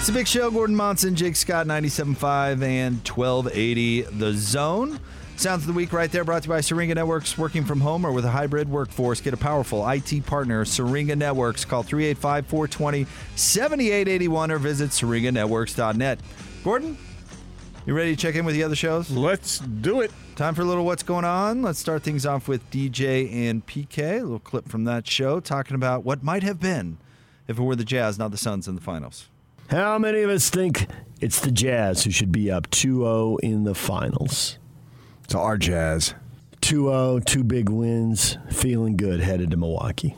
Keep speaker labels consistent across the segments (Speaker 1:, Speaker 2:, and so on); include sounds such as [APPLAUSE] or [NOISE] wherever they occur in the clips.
Speaker 1: It's a big show. Gordon Monson, Jake Scott, 97.5 and 1280 The Zone. Sounds of the week right there brought to you by Syringa Networks. Working from home or with a hybrid workforce, get a powerful IT partner, Syringa Networks. Call 385 420 7881 or visit syringanetworks.net. Gordon, you ready to check in with the other shows?
Speaker 2: Let's do it.
Speaker 1: Time for a little what's going on. Let's start things off with DJ and PK. A little clip from that show talking about what might have been if it were the Jazz, not the Suns, in the finals.
Speaker 3: How many of us think it's the Jazz who should be up 2 0 in the finals?
Speaker 4: It's our jazz.
Speaker 3: 2 0, two big wins, feeling good headed to Milwaukee.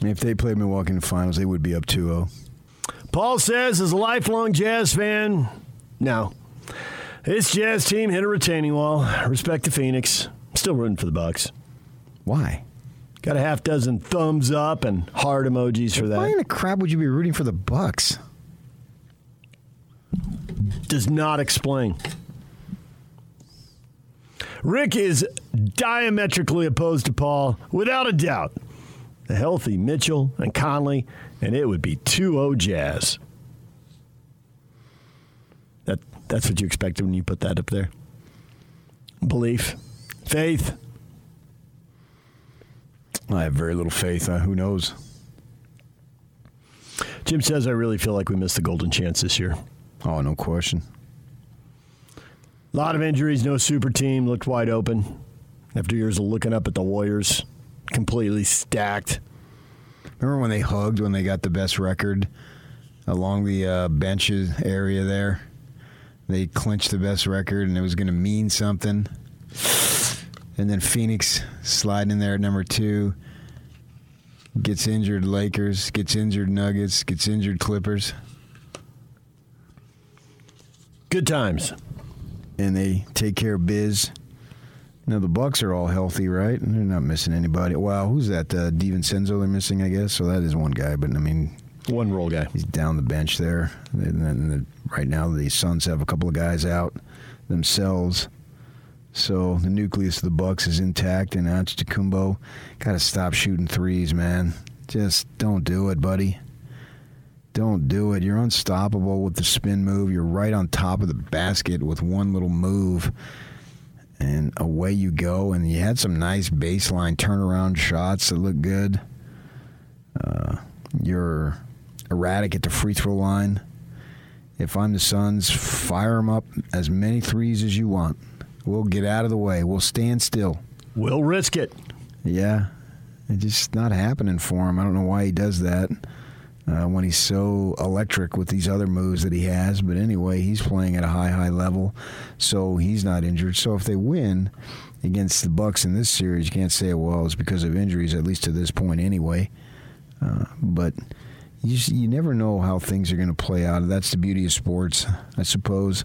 Speaker 4: If they played Milwaukee in the finals, they would be up oh. 2 0.
Speaker 3: Paul says, as a lifelong Jazz fan, no. This Jazz team hit a retaining wall. Respect to Phoenix. Still rooting for the Bucks.
Speaker 4: Why?
Speaker 3: Got a half dozen thumbs up and heart emojis for
Speaker 4: Why in
Speaker 3: that.
Speaker 4: the crap would you be rooting for the Bucks?
Speaker 3: Does not explain. Rick is diametrically opposed to Paul, without a doubt. The healthy Mitchell and Conley, and it would be 2 0 Jazz. That, that's what you expected when you put that up there. Belief, faith.
Speaker 4: I have very little faith. Uh, who knows?
Speaker 3: Jim says, I really feel like we missed the golden chance this year.
Speaker 4: Oh, no question.
Speaker 3: A lot of injuries, no super team, looked wide open. After years of looking up at the Warriors, completely stacked.
Speaker 4: Remember when they hugged when they got the best record along the uh, benches area there? They clinched the best record and it was going to mean something. And then Phoenix sliding in there at number two. Gets injured Lakers, gets injured Nuggets, gets injured Clippers.
Speaker 3: Good times.
Speaker 4: And they take care of Biz. Now the Bucks are all healthy, right? And they're not missing anybody. Wow, who's that? Uh, DiVincenzo they're missing, I guess. So that is one guy. But I mean,
Speaker 3: One roll guy.
Speaker 4: He's down the bench there. And then the, right now, the Suns have a couple of guys out themselves. So the nucleus of the Bucks is intact. And Antetokounmpo, got to stop shooting threes, man. Just don't do it, buddy. Don't do it. You're unstoppable with the spin move. You're right on top of the basket with one little move. And away you go. And you had some nice baseline turnaround shots that look good you're erratic at the free throw line. If I'm the Suns, fire them up as many threes as you want. We'll get out of the way. We'll stand still.
Speaker 3: We'll risk it.
Speaker 4: Yeah, it's just not happening for him. I don't know why he does that uh, when he's so electric with these other moves that he has. But anyway, he's playing at a high, high level, so he's not injured. So if they win against the Bucks in this series, you can't say well it's because of injuries, at least to this point, anyway. Uh, but you s- you never know how things are going to play out. That's the beauty of sports, I suppose.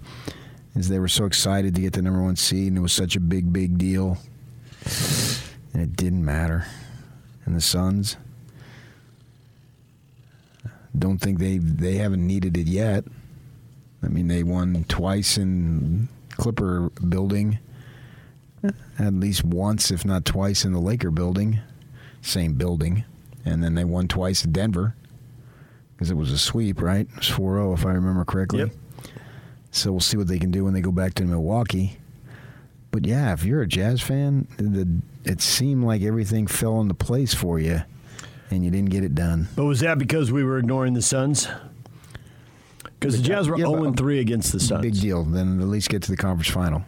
Speaker 4: Is they were so excited to get the number one seed, and it was such a big, big deal and it didn't matter. And the Suns don't think they they haven't needed it yet. I mean, they won twice in Clipper building, at least once, if not twice, in the Laker building, same building, and then they won twice in Denver because it was a sweep, right? It was 4-0 if I remember correctly.
Speaker 3: Yep.
Speaker 4: So we'll see what they can do when they go back to Milwaukee. But yeah, if you're a jazz fan, the, it seemed like everything fell into place for you, and you didn't get it done.
Speaker 3: But was that because we were ignoring the Suns? Because the Jazz were
Speaker 4: Yeah, but-
Speaker 3: 0 3 against the Suns.
Speaker 4: Big deal. Then at least get to the conference final.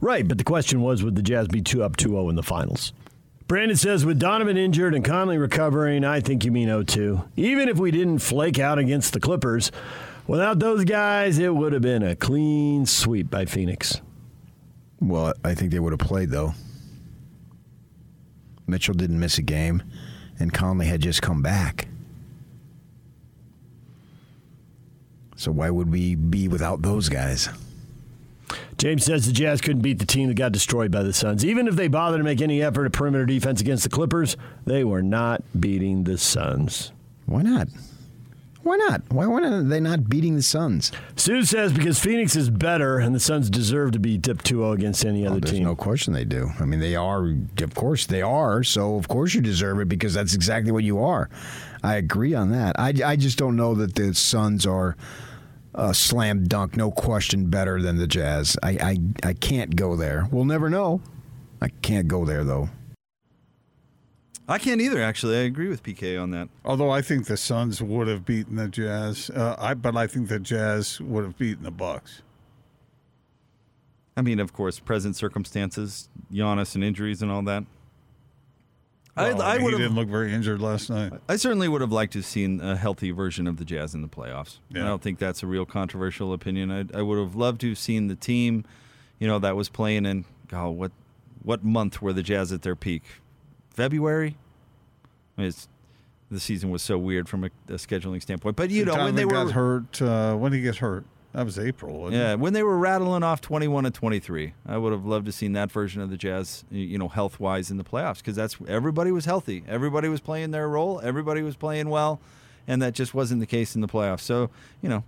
Speaker 3: Right, but the question was would the Jazz be 2 up 2 0 in the finals? Brandon says, with Donovan injured and Conley recovering, I think you mean 0 2. Even if we didn't flake out against the Clippers, without those guys, it would have been a clean sweep by Phoenix.
Speaker 4: Well, I think they would have played though. Mitchell didn't miss a game, and Conley had just come back. So why would we be without those guys?
Speaker 3: James says the Jazz couldn't beat the team that got destroyed by the Suns. Even if they bothered to make any effort at perimeter defense against the Clippers, they were not beating the Suns.
Speaker 4: Why not? Why not? Why why are they not beating the Suns?
Speaker 3: Sue says because Phoenix is better and the Suns deserve to be dipped 2 0 against any
Speaker 4: Oh,
Speaker 3: other
Speaker 4: there's
Speaker 3: team.
Speaker 4: no question they do. I mean, they are. Of course, they are. So of course you deserve it because that's exactly what you are. I agree on that. I, I just don't know that the Suns are a slam dunk, no question, better than the Jazz. I I, I can't go there. We'll never know. I can't go there though.
Speaker 1: I can't either, actually. I agree with PK on that.
Speaker 2: Although I think the Suns would have beaten the Jazz, uh, I but I think the Jazz would have beaten the Bucks.
Speaker 1: I mean, of course, present circumstances, Giannis and injuries and all that.
Speaker 2: Well,
Speaker 1: I, I
Speaker 2: he
Speaker 1: would
Speaker 2: didn't
Speaker 1: have.
Speaker 2: look very injured last night.
Speaker 1: I certainly would have liked to have seen a healthy version of the Jazz in the playoffs.
Speaker 2: Yeah.
Speaker 1: I don't think that's a real controversial opinion. I, I would have loved to have seen the team, you know, that was playing in. God, what what month were the Jazz at their peak? February. I mean, it's the season was so weird from a, a scheduling standpoint. But you know, when they
Speaker 2: Donovan
Speaker 1: were
Speaker 2: got hurt, uh, when did he get hurt? That was April. Wasn't
Speaker 1: Yeah, when they were rattling off 21 and 23, I would have loved to seen that version of the Jazz, y- you know, health wise in the playoffs because that's everybody was healthy, everybody was playing their role, everybody was playing well, and that just wasn't the case in the playoffs. So you know,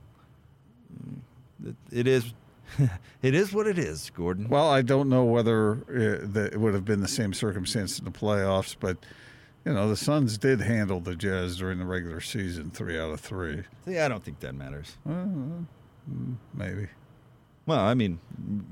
Speaker 1: mm, it, it is, [LAUGHS] it is what it is, Gordon.
Speaker 2: Well, I don't know whether uh, that it would have been the same circumstance in the playoffs, but you know the Suns did handle the Jazz during the regular season, three out of three,
Speaker 1: See, I don't think that matters.
Speaker 2: maybe.
Speaker 1: Well, I mean,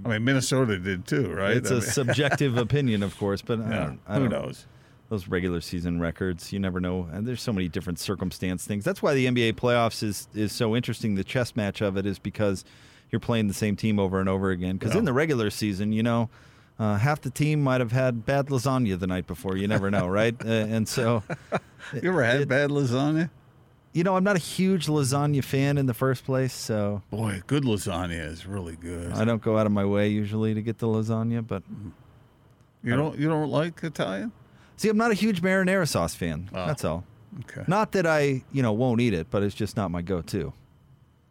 Speaker 2: I mean, Minnesota did too, right?
Speaker 1: it's
Speaker 2: I
Speaker 1: a
Speaker 2: mean,
Speaker 1: subjective opinion, of course, but I
Speaker 2: [LAUGHS] yeah,
Speaker 1: don't, I
Speaker 2: who
Speaker 1: don't
Speaker 2: knows?
Speaker 1: those regular season records. You never know. And there's so many different circumstance things. That's why the NBA playoffs is is so interesting. The chess match of it is because you're playing the same team over and over again. Because in the regular season, you know. Uh, half the team might have had bad lasagna the night before. You never know, right? Uh, and so,
Speaker 2: You ever had bad lasagna?
Speaker 1: you know, I'm not a huge lasagna fan in the first place, so
Speaker 2: Boy, good lasagna is really good.
Speaker 1: I don't go out of my way usually to get the lasagna. But
Speaker 2: you don't you don't like Italian?
Speaker 1: see, I'm not a huge marinara sauce fan.
Speaker 2: Oh.
Speaker 1: That's all.
Speaker 2: Okay.
Speaker 1: Not that I, you know, won't eat it, but it's just not my go-to.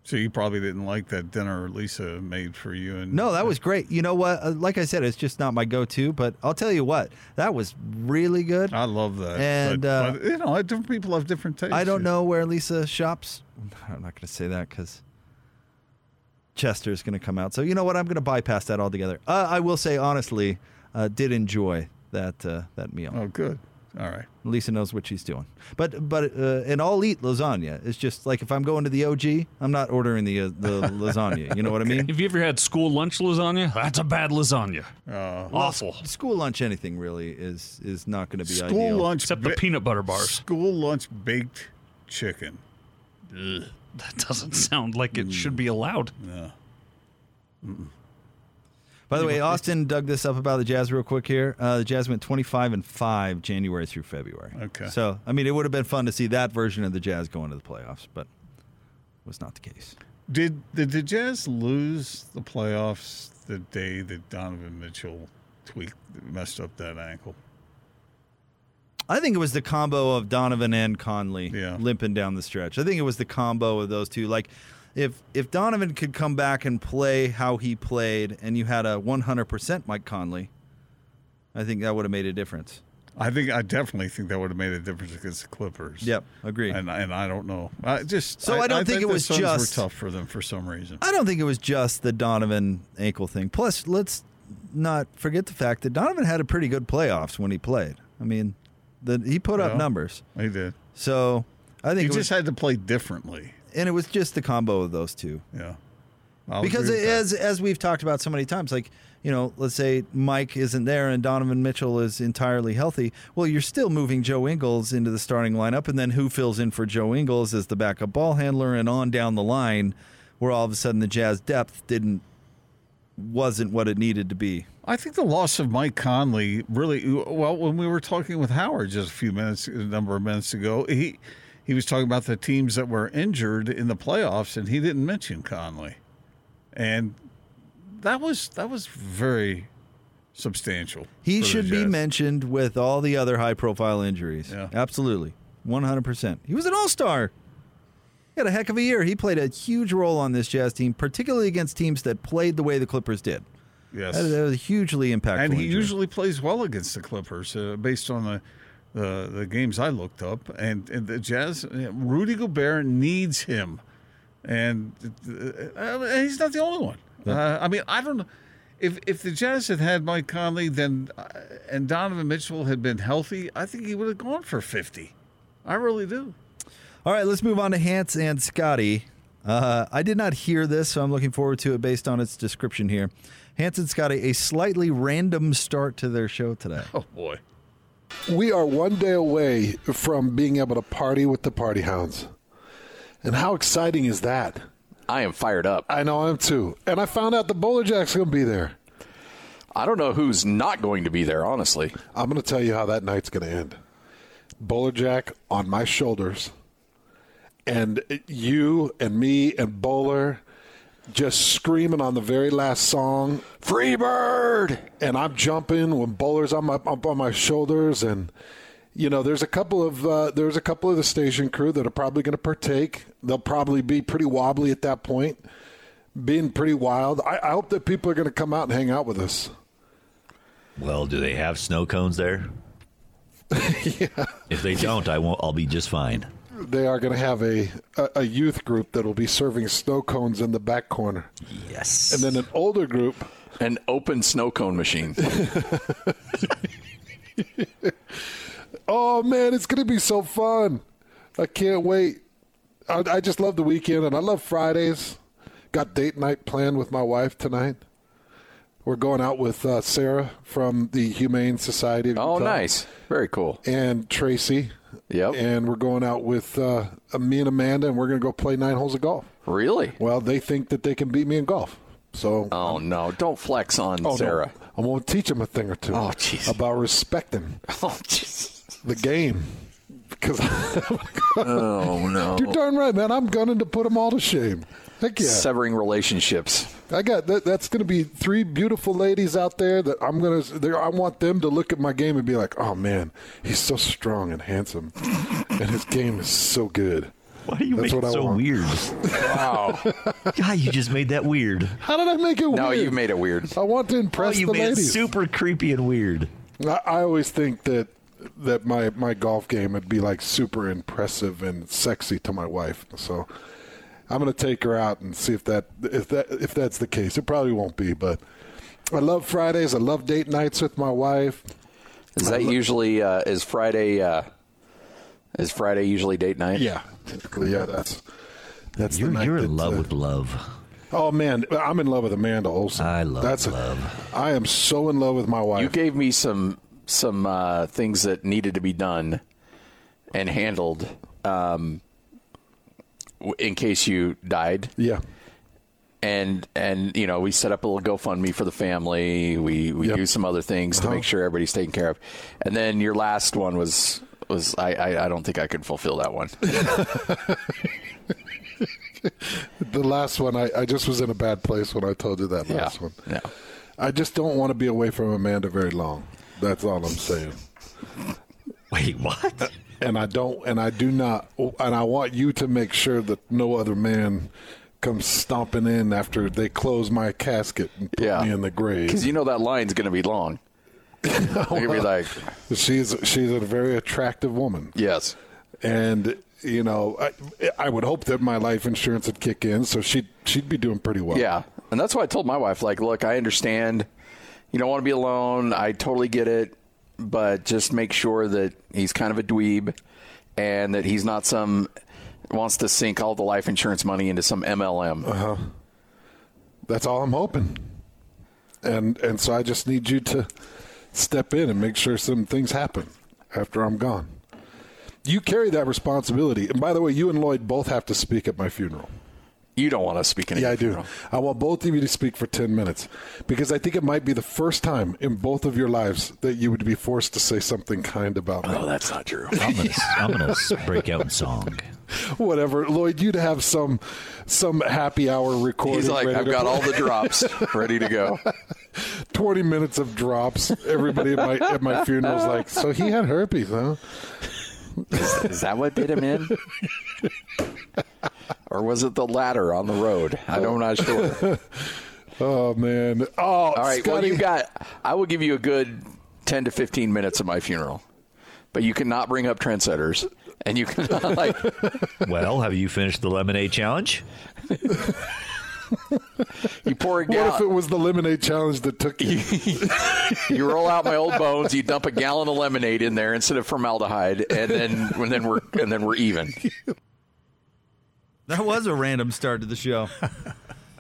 Speaker 2: So you probably didn't like that dinner Lisa made for you and
Speaker 1: No, that was great. You know what? Uh, Like I said, it's just not my go-to, but I'll tell you what, that was really good.
Speaker 2: I love that.
Speaker 1: And,
Speaker 2: but,
Speaker 1: uh,
Speaker 2: but, you know, different people have different tastes.
Speaker 1: I don't know where Lisa shops. [SIGHS] I'm not going to say that because Chester's going to come out. So you know what? I'm going to bypass that altogether. Uh, I will say honestly, uh, did enjoy that uh, that meal.
Speaker 2: Oh, good. All right.
Speaker 1: Lisa knows what she's doing. But but uh, and I'll eat lasagna. It's just like if I'm going to the OG, I'm not ordering the uh, the
Speaker 2: [LAUGHS]
Speaker 1: lasagna. You know what I mean?
Speaker 5: Have you ever had school lunch lasagna? That's a bad lasagna.
Speaker 1: Oh.
Speaker 5: Awful.
Speaker 1: School lunch, anything really is is not going to be
Speaker 2: School
Speaker 1: ideal.
Speaker 2: lunch
Speaker 5: Except the
Speaker 2: ba-
Speaker 5: peanut butter bars.
Speaker 2: School lunch baked chicken.
Speaker 5: Ugh, that doesn't sound like it should be allowed.
Speaker 1: Mm. By the way, Austin dug this up about the Jazz real quick here. Uh, the Jazz went 25 and 5 January through February.
Speaker 2: Okay.
Speaker 1: So, I mean, it would have been fun to see that version of the Jazz going to the playoffs, but was not the case.
Speaker 2: Did did the Jazz lose the playoffs the day that Donovan Mitchell tweaked messed up that ankle?
Speaker 1: I think it was the combo of Donovan and Conley
Speaker 2: Yeah.
Speaker 1: limping down the stretch. I think it was the combo of those two. Like, if if Donovan could come back and play how he played, and you had a 100% Mike Conley, I think that would have made a difference.
Speaker 2: I think I definitely think that would have made a difference against the Clippers.
Speaker 1: Yep, agree.
Speaker 2: And and I don't know. I just
Speaker 1: So I don't think it
Speaker 2: the
Speaker 1: was
Speaker 2: Suns
Speaker 1: just-
Speaker 2: were tough for them for some reason.
Speaker 1: I don't think it was just the Donovan ankle thing. Plus, let's not forget the fact that Donovan had a pretty good playoffs when he played. I mean, the, he put up
Speaker 2: Yeah.
Speaker 1: numbers.
Speaker 2: They did.
Speaker 1: So I
Speaker 2: You
Speaker 1: think, it
Speaker 2: just
Speaker 1: was,
Speaker 2: had to play differently.
Speaker 1: and it was just the combo of those two.
Speaker 2: Yeah. I'll
Speaker 1: because
Speaker 2: agree with
Speaker 1: it,
Speaker 2: that.
Speaker 1: as as we've talked about so many times, like you know, let's say Mike isn't there and Donovan Mitchell is entirely healthy. Well, you're still moving Joe Ingles into the starting lineup, and then who fills in for Joe Ingles as the backup ball handler, and on down the line, where all of a sudden the Jazz depth didn't wasn't what it needed to be.
Speaker 2: I think the loss of Mike Conley really. Well, when we were talking with Howard just a few minutes, a number of minutes ago, he he was talking about the teams that were injured in the playoffs, and he didn't mention Conley, and that was that was very substantial.
Speaker 1: He
Speaker 2: for the
Speaker 1: should be
Speaker 2: Jazz.
Speaker 1: mentioned with all the other high profile injuries.
Speaker 2: Yeah.
Speaker 1: Absolutely. 100%. He was an all star. He had a heck of a year. He played a huge role on this Jazz team, particularly against teams that played the way the Clippers did.
Speaker 2: Yes.
Speaker 1: That, that was a hugely impactful.
Speaker 2: and he
Speaker 1: injury.
Speaker 2: usually plays well against the Clippers, uh, based on the, the the games I looked up. And, and the Jazz, yeah, Rudy Gobert needs him, and uh, I mean, he's not the only one. Uh, I mean, I don't know if if the Jazz had had Mike Conley, then uh, and Donovan Mitchell had been healthy, I think he would have gone for fifty. I really do.
Speaker 1: All right, let's move on to Hans and Scotty. Uh, I did not hear this, so I'm looking forward to it based on its description here. Hans and Scotty, a slightly random start to their show today.
Speaker 2: Oh boy.
Speaker 6: We are one day away from being able to party with the party hounds. And how exciting is that?
Speaker 7: I am fired up.
Speaker 6: I know I am too. And I found out the Bowler Jack's going to be there.
Speaker 7: I don't know who's not going to be there, honestly.
Speaker 6: I'm going to tell you how that night's going to end. Bowler Jack on my shoulders, and you and me and Bowler just screaming on the very last song, "Freebird!" And I'm jumping when Bowler's on my up on my shoulders, and you know there's a couple of uh, there's a couple of the station crew that are probably going to partake. They'll probably be pretty wobbly at that point, being pretty wild. I, I hope that people are going to come out and hang out with us.
Speaker 8: Well, do they have snow cones
Speaker 3: [LAUGHS]
Speaker 8: there? If they don't, I won't. I'll be just fine.
Speaker 6: they are going to have a, a, a youth group that will be serving snow cones in the back corner.
Speaker 8: Yes.
Speaker 6: And then an older group,
Speaker 7: An open snow cone
Speaker 6: [LAUGHS]
Speaker 7: machine.
Speaker 6: oh man, it's going to be so fun. I can't wait. I, I just love the weekend and I love Fridays. Got date night planned with my wife tonight. We're going out with uh, Sarah from the Humane Society. of
Speaker 7: Oh,
Speaker 6: Utah
Speaker 7: nice. Very cool.
Speaker 6: And Tracy.
Speaker 7: Yep.
Speaker 6: And we're going out with uh, me and Amanda and we're going to go play nine holes of golf.
Speaker 7: Really?
Speaker 6: Well, they think that they can beat me in golf. So
Speaker 7: Oh, no. Don't flex on
Speaker 6: Oh, no. [LAUGHS]
Speaker 7: Sarah.
Speaker 6: I'm going to teach him a thing or two
Speaker 7: Oh, jeez.
Speaker 6: about respecting
Speaker 7: Oh, jeez.
Speaker 6: the game. Because
Speaker 7: [LAUGHS] Oh, no.
Speaker 6: you're darn right, man. I'm gunning to put them all to shame. Heck yeah.
Speaker 7: Severing relationships.
Speaker 6: I got that. That's going to be three beautiful ladies out there that I'm going to. I want them to look at my game and be like, "Oh man, he's so strong and handsome, and his game is so good."
Speaker 8: Why do you
Speaker 6: That's
Speaker 8: make
Speaker 6: what I
Speaker 8: it so
Speaker 6: want.
Speaker 8: weird?
Speaker 7: Wow.
Speaker 8: God, you just made that weird.
Speaker 6: How did I make it?
Speaker 7: No,
Speaker 6: weird?
Speaker 7: you made it weird.
Speaker 6: I want to
Speaker 8: Oh,
Speaker 6: impress
Speaker 8: you
Speaker 6: the
Speaker 8: made it
Speaker 6: ladies.
Speaker 8: super creepy and weird.
Speaker 6: I, I always think that that my my golf game would be like super impressive and sexy to my wife. So I'm gonna take her out and see if that if that if that's the case. It probably won't be, but I love Fridays. I love date nights with my wife. [LAUGHS]
Speaker 7: Is that usually, uh, is Friday, uh, is Friday usually date night?
Speaker 6: Yeah, typically, yeah. That's that's
Speaker 8: You're,
Speaker 6: the night
Speaker 8: you're
Speaker 6: that,
Speaker 8: in love
Speaker 6: uh,
Speaker 8: with love.
Speaker 6: Oh man, I'm in love with Amanda Olson.
Speaker 8: I love
Speaker 6: that's
Speaker 8: love.
Speaker 6: A, I am so in love with my wife.
Speaker 7: You gave me some, some, uh, things that needed to be done and handled, um, w- in case you died.
Speaker 6: yeah.
Speaker 7: and and you know we set up a little GoFundMe for the family. We we
Speaker 6: Yep.
Speaker 7: do some other things to make sure everybody's taken care of. And then your last one was was I I, I don't think I could fulfill that one.
Speaker 6: The last one, I, I just was in a bad place when I told you that
Speaker 7: yeah,
Speaker 6: last one.
Speaker 7: yeah.
Speaker 6: I just don't want to be away from Amanda very long. That's all I'm saying.
Speaker 8: Wait, what?
Speaker 6: And I don't, and I do not, and I want you to make sure that no other man comes stomping in after they close my casket and put
Speaker 7: Yeah.
Speaker 6: me in the grave.
Speaker 7: Because you know that line's going to be long. You're going to be like,
Speaker 6: she's she's a very attractive woman,
Speaker 7: yes,
Speaker 6: and you know, I, I would hope that my life insurance would kick in, so she she'd be doing pretty well.
Speaker 7: yeah. And that's why I told my wife, like, look, I understand. You don't want to be alone. I totally get it, but just make sure that he's kind of a dweeb, and that he's not some wants to sink all the life insurance money into some MLM.
Speaker 6: Uh-huh. that's all I'm hoping. And and so I just need you to step in and make sure some things happen after I'm gone. You carry that responsibility. And by the way, you and Lloyd both have to speak at my funeral.
Speaker 7: You don't want to speak in
Speaker 6: Yeah, I do. I want both of you to speak for 10 minutes because I think it might be the first time in both of your lives that you would be forced to say something kind about me.
Speaker 7: Oh, that's not true.
Speaker 8: I'm
Speaker 2: [LAUGHS]
Speaker 8: gonna, I'm gonna break out in song.
Speaker 6: Whatever. Lloyd, you'd have some some happy hour recording.
Speaker 7: He's like,
Speaker 6: ready
Speaker 7: I've
Speaker 6: to
Speaker 7: got
Speaker 6: play." [LAUGHS]
Speaker 7: all the drops ready to go.
Speaker 6: 20 minutes of drops. Everybody at my at my funeral was like, "So he had herpes, huh?"
Speaker 7: Is, is that what did him in? or was it the ladder on the road? I don't, I'm not sure.
Speaker 6: Oh man. Oh,
Speaker 7: All right. Well,
Speaker 6: Scotty.
Speaker 7: you got. I will give you a good ten to fifteen minutes of my funeral, but you cannot bring up trendsetters, and you cannot [LAUGHS] like.
Speaker 8: Well, have you finished the lemonade challenge?
Speaker 7: You pour a
Speaker 6: what if it
Speaker 7: gallon.
Speaker 6: was the lemonade challenge that took you?
Speaker 7: you roll out my old bones. You dump a gallon of lemonade in there instead of formaldehyde, and then and then we're and then we're even.
Speaker 1: That was a random start to the show.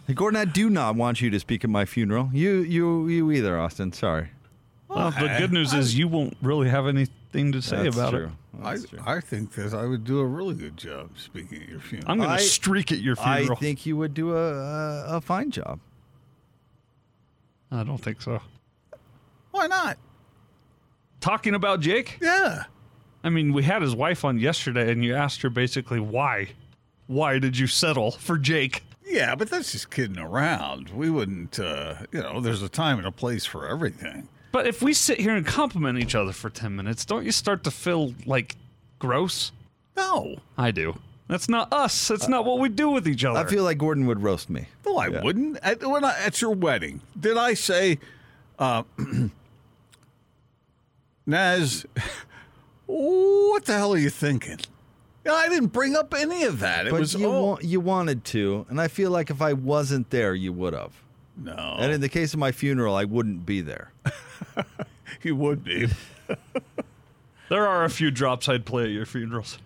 Speaker 1: Hey, Gordon, I do not want you to speak at my funeral. You, you, you either, Austin. Sorry.
Speaker 5: Well, the good news is you won't really have anything to say
Speaker 1: That's
Speaker 5: about
Speaker 1: true.
Speaker 5: it.
Speaker 2: I,
Speaker 1: That's true.
Speaker 2: I think that I would do a really good job speaking at your funeral.
Speaker 5: I'm going
Speaker 1: I-
Speaker 5: to streak at your
Speaker 1: I
Speaker 5: funeral. I,
Speaker 1: think you would do a, a, a fine job.
Speaker 5: don't think so.
Speaker 2: Why not?
Speaker 5: Talking about Jake?
Speaker 2: Yeah.
Speaker 5: I mean, we had his wife on yesterday, and you asked her basically why. Why did you settle for Jake?
Speaker 2: Yeah, but that's just kidding around. We wouldn't, uh, you know, there's a time and a place for everything.
Speaker 5: But if we sit here and compliment each other for 10 minutes, don't you start to feel like gross?
Speaker 2: No.
Speaker 5: I do. That's not us. That's not what we do with each other.
Speaker 1: I feel like Gordon would roast me.
Speaker 2: No, I wouldn't. At, when I, at your wedding, did I say, uh, [CLEARS THROAT] Naz, what the hell are you thinking? No, I didn't bring up any of that. It
Speaker 1: But
Speaker 2: was oh,
Speaker 1: you,
Speaker 2: all.
Speaker 1: wa- you wanted to, and I feel like if I wasn't there, you would have.
Speaker 2: no,
Speaker 1: And in the case of my funeral, I wouldn't be there.
Speaker 5: [LAUGHS]
Speaker 2: you would be.
Speaker 5: there are a few drops I'd play at your funerals.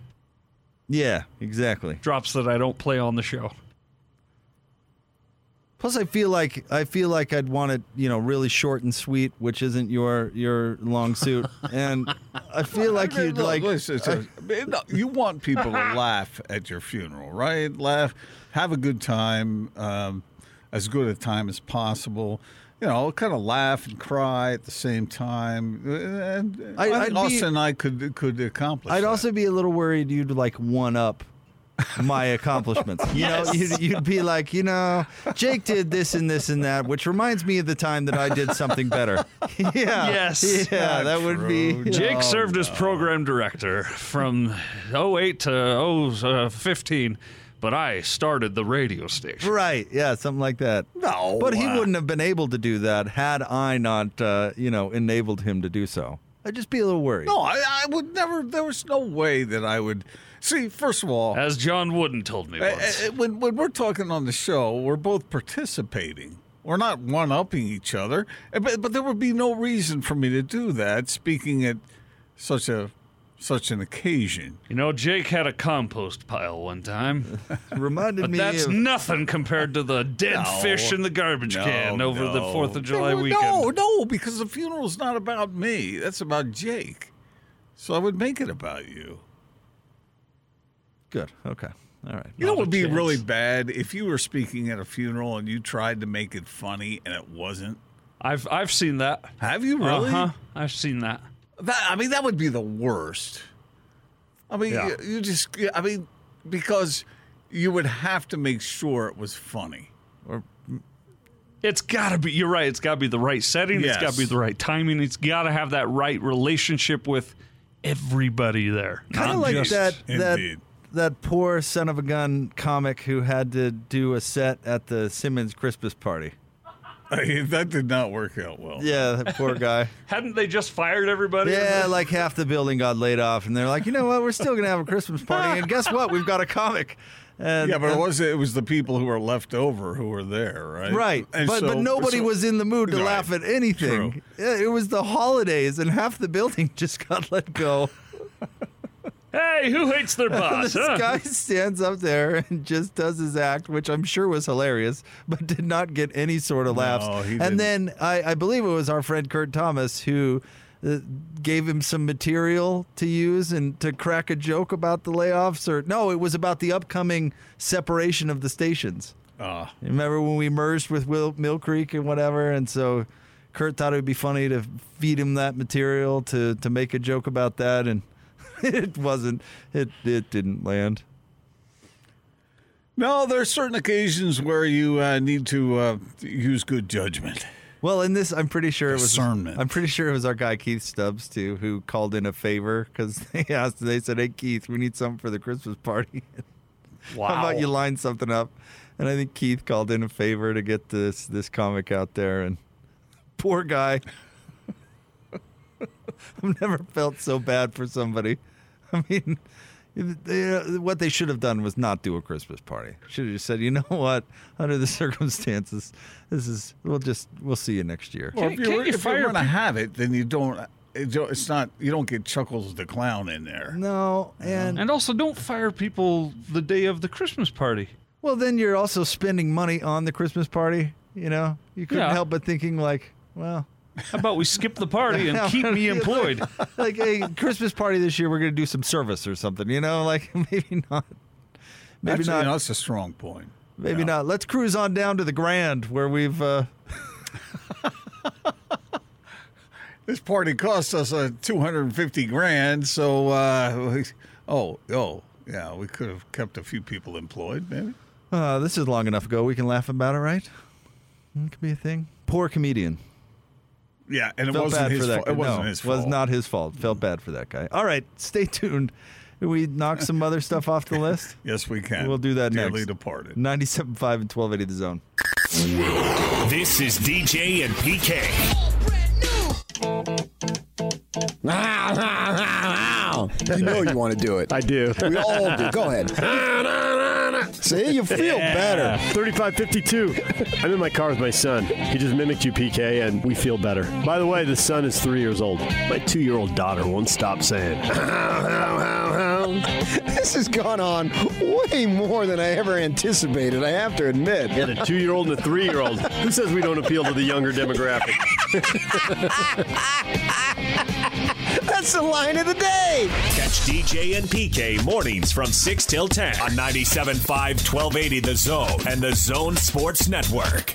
Speaker 1: Yeah, exactly.
Speaker 5: Drops that I don't play on the show.
Speaker 1: Plus, I feel like I feel like I'd want it, you know, really short and sweet, which isn't your your long
Speaker 5: [LAUGHS]
Speaker 1: suit. And I feel like
Speaker 2: Hey,
Speaker 1: you'd
Speaker 2: look,
Speaker 1: like
Speaker 2: listen, it's a- no, you
Speaker 1: [LAUGHS]
Speaker 2: want people to laugh at your funeral, right? Laugh, have a good time, um, as good a time as possible. You know, kind of laugh and cry at the same time. And
Speaker 1: I-
Speaker 2: I,
Speaker 1: I'd be-
Speaker 2: Austin and I could could accomplish.
Speaker 1: I'd
Speaker 2: that.
Speaker 1: also be a little worried you'd like one up
Speaker 5: [LAUGHS]
Speaker 1: my accomplishments. You know, you'd, you'd be like, you know, Jake did this and this and that, which reminds me of the time that I did something better. [LAUGHS] yeah.
Speaker 5: Yes.
Speaker 1: Yeah, that would [LAUGHS] be.
Speaker 5: Jake served as program director from 08 to 0, uh, 15, but I started the radio station.
Speaker 1: Right. Yeah, something like that.
Speaker 2: No,
Speaker 1: But he
Speaker 2: uh,
Speaker 1: wouldn't have been able to do that had I not, uh, you know, enabled him to do so. I'd just be a little worried.
Speaker 2: No, I, I would never. There was no way that I would. See, first of all,
Speaker 5: As John Wooden told me
Speaker 1: Eh,
Speaker 2: Uh,
Speaker 5: once.
Speaker 2: uh, when, when we're talking on the show, we're both participating. We're not one upping each other. Uh, But, but there would be no reason for me to do that, speaking at such a such an occasion.
Speaker 5: You know, Jake had a compost pile one time. [LAUGHS]
Speaker 1: Reminded
Speaker 5: But
Speaker 1: me
Speaker 5: that's
Speaker 1: of,
Speaker 5: nothing compared to the
Speaker 1: [LAUGHS]
Speaker 5: dead
Speaker 2: No.
Speaker 5: fish in the garbage
Speaker 2: No,
Speaker 5: can over the
Speaker 2: Oh, no.
Speaker 5: 4th of July
Speaker 2: There were-
Speaker 5: weekend.
Speaker 2: No, no, because the funeral's not about me. That's about Jake. So I would make it about you.
Speaker 1: Good. Okay. All right.
Speaker 2: You know what would be
Speaker 5: chance.
Speaker 2: really bad if you were speaking at a funeral and you tried to make it funny and it wasn't.
Speaker 5: I've I've seen that.
Speaker 2: Have you really?
Speaker 5: Uh-huh. I've seen that.
Speaker 2: That I mean, that would be the worst. I mean,
Speaker 5: Yeah.
Speaker 2: you, you just, I mean, because you would have to make sure it was funny. [LAUGHS]
Speaker 5: It's got to be. You're right. It's got to be the right setting. It's got
Speaker 2: Yes.
Speaker 5: to be the right timing. It's got to have that right relationship with everybody there.
Speaker 1: kind of
Speaker 5: Not
Speaker 1: like
Speaker 5: just-
Speaker 1: that that
Speaker 2: Indeed.
Speaker 1: that poor son of a gun comic who had to do a set at the Simmons Christmas party.
Speaker 2: I mean, that did not work out well.
Speaker 1: Yeah, that poor guy.
Speaker 5: Hadn't they just fired everybody?
Speaker 1: yeah, like half the building got laid off, and they're like, you know what? We're still gonna have a Christmas party, and guess what? We've got a comic. And,
Speaker 2: Yeah, but it
Speaker 1: and-
Speaker 2: was it was the people who were left over who were there, right?
Speaker 1: Right,
Speaker 2: And
Speaker 1: but
Speaker 2: so-
Speaker 1: but nobody
Speaker 2: so-
Speaker 1: was in the mood to
Speaker 2: Right.
Speaker 1: laugh at anything. Yeah, It was the holidays, and half the building [LAUGHS] just got let go.
Speaker 5: hey, who hates their
Speaker 2: Ah,
Speaker 1: [LAUGHS]
Speaker 5: boss?
Speaker 1: this
Speaker 5: huh?
Speaker 1: guy stands up there and just does his act, which I'm sure was hilarious, but did not get any sort of laughs.
Speaker 2: he didn't.
Speaker 1: and then I, I believe it was our friend Kurt Thomas who uh, gave him some material to use and to crack a joke about the layoffs, or no, it was about the upcoming separation of the stations.
Speaker 2: Ah.
Speaker 1: Remember when we merged with Will, Mill Creek and whatever, and so. Kurt thought it would be funny to feed him that material to, to make a joke about that, and [LAUGHS] it wasn't. It it didn't land.
Speaker 2: No, there are certain occasions where you uh, need to uh, use good judgment.
Speaker 1: Well, in this, I'm pretty sure it was.
Speaker 2: Discernment.
Speaker 1: I'm pretty sure it was our guy Keith Stubbs too, who called in a favor because [LAUGHS] they asked. They said, "Hey Keith, we need something for the Christmas party. [LAUGHS]
Speaker 5: Wow.
Speaker 1: How about you line something up?" And I think Keith called in a favor to get this this comic out there. And [LAUGHS] poor guy, [LAUGHS] I've never felt so bad for somebody. [LAUGHS] I mean, they- uh, what they should have done was not do a Christmas party. Should have just said, "You know what? Under the [LAUGHS] circumstances, this is we'll just we'll see you next year."
Speaker 2: Well, if
Speaker 5: Can't- can't
Speaker 2: you're,
Speaker 5: you
Speaker 2: if
Speaker 5: fire
Speaker 2: you're gonna
Speaker 5: peop-
Speaker 2: have it, then you don't. it don't- It's not. You don't get Chuckles the clown in there.
Speaker 1: No, and
Speaker 5: And also, don't fire people the day of the Christmas party.
Speaker 1: well, then you're also spending money on the Christmas party. You know, you couldn't
Speaker 5: Yeah.
Speaker 1: help but thinking like, well, [LAUGHS]
Speaker 5: How about we skip the party and keep me employed?
Speaker 1: like hey, Christmas party this year, we're gonna do some service or something. You know, [LAUGHS] like maybe not. Maybe
Speaker 2: Actually,
Speaker 1: not.
Speaker 2: no, that's a strong point.
Speaker 1: Maybe not. Let's cruise on down to the Grand where we've. Uh,
Speaker 2: This party cost us uh, two hundred and fifty grand. So, uh, we- oh, oh, yeah, we could have kept a few people employed, maybe.
Speaker 1: uh, this is long enough ago. We can laugh about it, right? It could be a thing. Poor comedian.
Speaker 2: Yeah, and it
Speaker 1: Felt
Speaker 2: wasn't
Speaker 1: bad
Speaker 2: his
Speaker 1: for that.
Speaker 2: fault.
Speaker 1: guy.
Speaker 2: It wasn't
Speaker 1: no,
Speaker 2: his fault.
Speaker 1: Was not his fault. Felt bad for that guy. All right, stay [LAUGHS] tuned. We knock some other stuff off the list.
Speaker 2: Yes, we can.
Speaker 1: We'll do that
Speaker 2: Dearly
Speaker 1: next.
Speaker 2: departed.
Speaker 1: 97.5 and 1280 the zone.
Speaker 9: This is DJ and PK.
Speaker 4: You know you want to do it.
Speaker 3: I do.
Speaker 4: We all do. Go ahead. See, you feel better.
Speaker 3: 3552. I'm in my car with my son. He just mimicked you, PK, and we feel better. By the way, the son is three years old. My two year old daughter won't stop saying,
Speaker 4: This has gone on way more than I ever anticipated. I have to admit.
Speaker 3: and a two year old and a three year old. Who says we don't appeal to the younger demographic?
Speaker 4: That's the line of the day.
Speaker 9: Catch DJ and PK mornings from 6 till 10 on 97.5, 1280 The Zone and The Zone Sports Network.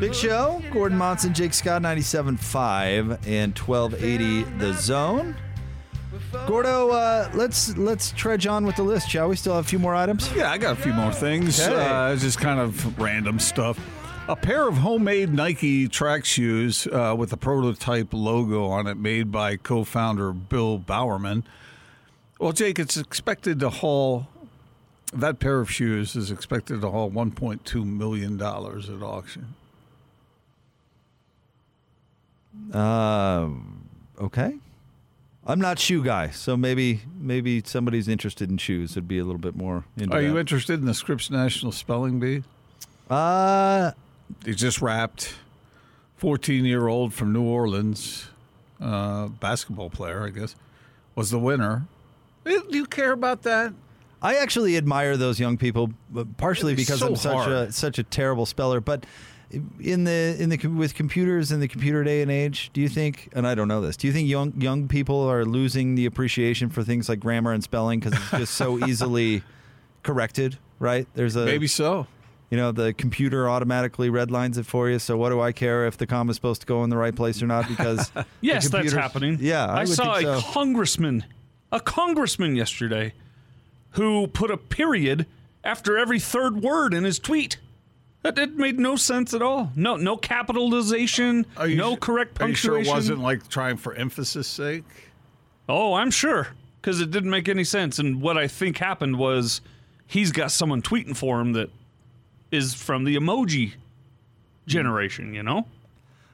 Speaker 1: Big Show, Gordon Monson, Jake Scott, 97.5 and 1280 The Zone. Gordo, uh, let's let's trudge on with the list, shall we? Still have a few more items.
Speaker 2: Yeah, I got a few more things.
Speaker 1: Okay.
Speaker 2: Uh, just kind of random stuff. A pair of homemade Nike track shoes uh, with a prototype logo on it, made by co founder Bill Bowerman. Well, Jake, it's expected to haul, that pair of shoes is expected to haul $1.2 million at auction.
Speaker 1: Uh, Okay. I'm not shoe guy, so maybe maybe somebody's interested in shoes. It'd be a little bit more. Into
Speaker 2: Are you
Speaker 1: that.
Speaker 2: interested in the Scripps National Spelling Bee?
Speaker 1: Uh,
Speaker 2: They just wrapped 14 year old from New Orleans, uh, basketball player, I guess, was the winner. Eh, Do you care about that?
Speaker 1: I actually admire those young people, but partially
Speaker 2: It's
Speaker 1: because
Speaker 2: so
Speaker 1: I'm such a
Speaker 2: hard.
Speaker 1: such a terrible speller. But in the in the com- with computers in the computer day and age, do you think? And I don't know this. Do you think young young people are losing the appreciation for things like grammar and spelling because it's just so easily corrected? Right? There's a
Speaker 2: Maybe so.
Speaker 1: you know the computer automatically redlines it for you. So what do I care if the comma's supposed to go in the right place or not? Because the
Speaker 5: Yes, that's
Speaker 1: computer's-
Speaker 5: happening.
Speaker 1: Yeah, I,
Speaker 5: I,
Speaker 1: would
Speaker 5: saw
Speaker 1: think
Speaker 5: a
Speaker 1: so.
Speaker 5: congressman, a congressman yesterday, who put a period after every third word in his tweet. That it made no sense at all. No, no capitalization.
Speaker 2: Are you
Speaker 5: no
Speaker 2: su-
Speaker 5: correct
Speaker 2: Are you sure
Speaker 5: punctuation.
Speaker 2: it wasn't like trying for emphasis sake?
Speaker 5: Oh, I'm sure. Because it didn't make any sense. And what I think happened was he's got someone tweeting for him that is from the emoji generation, you know?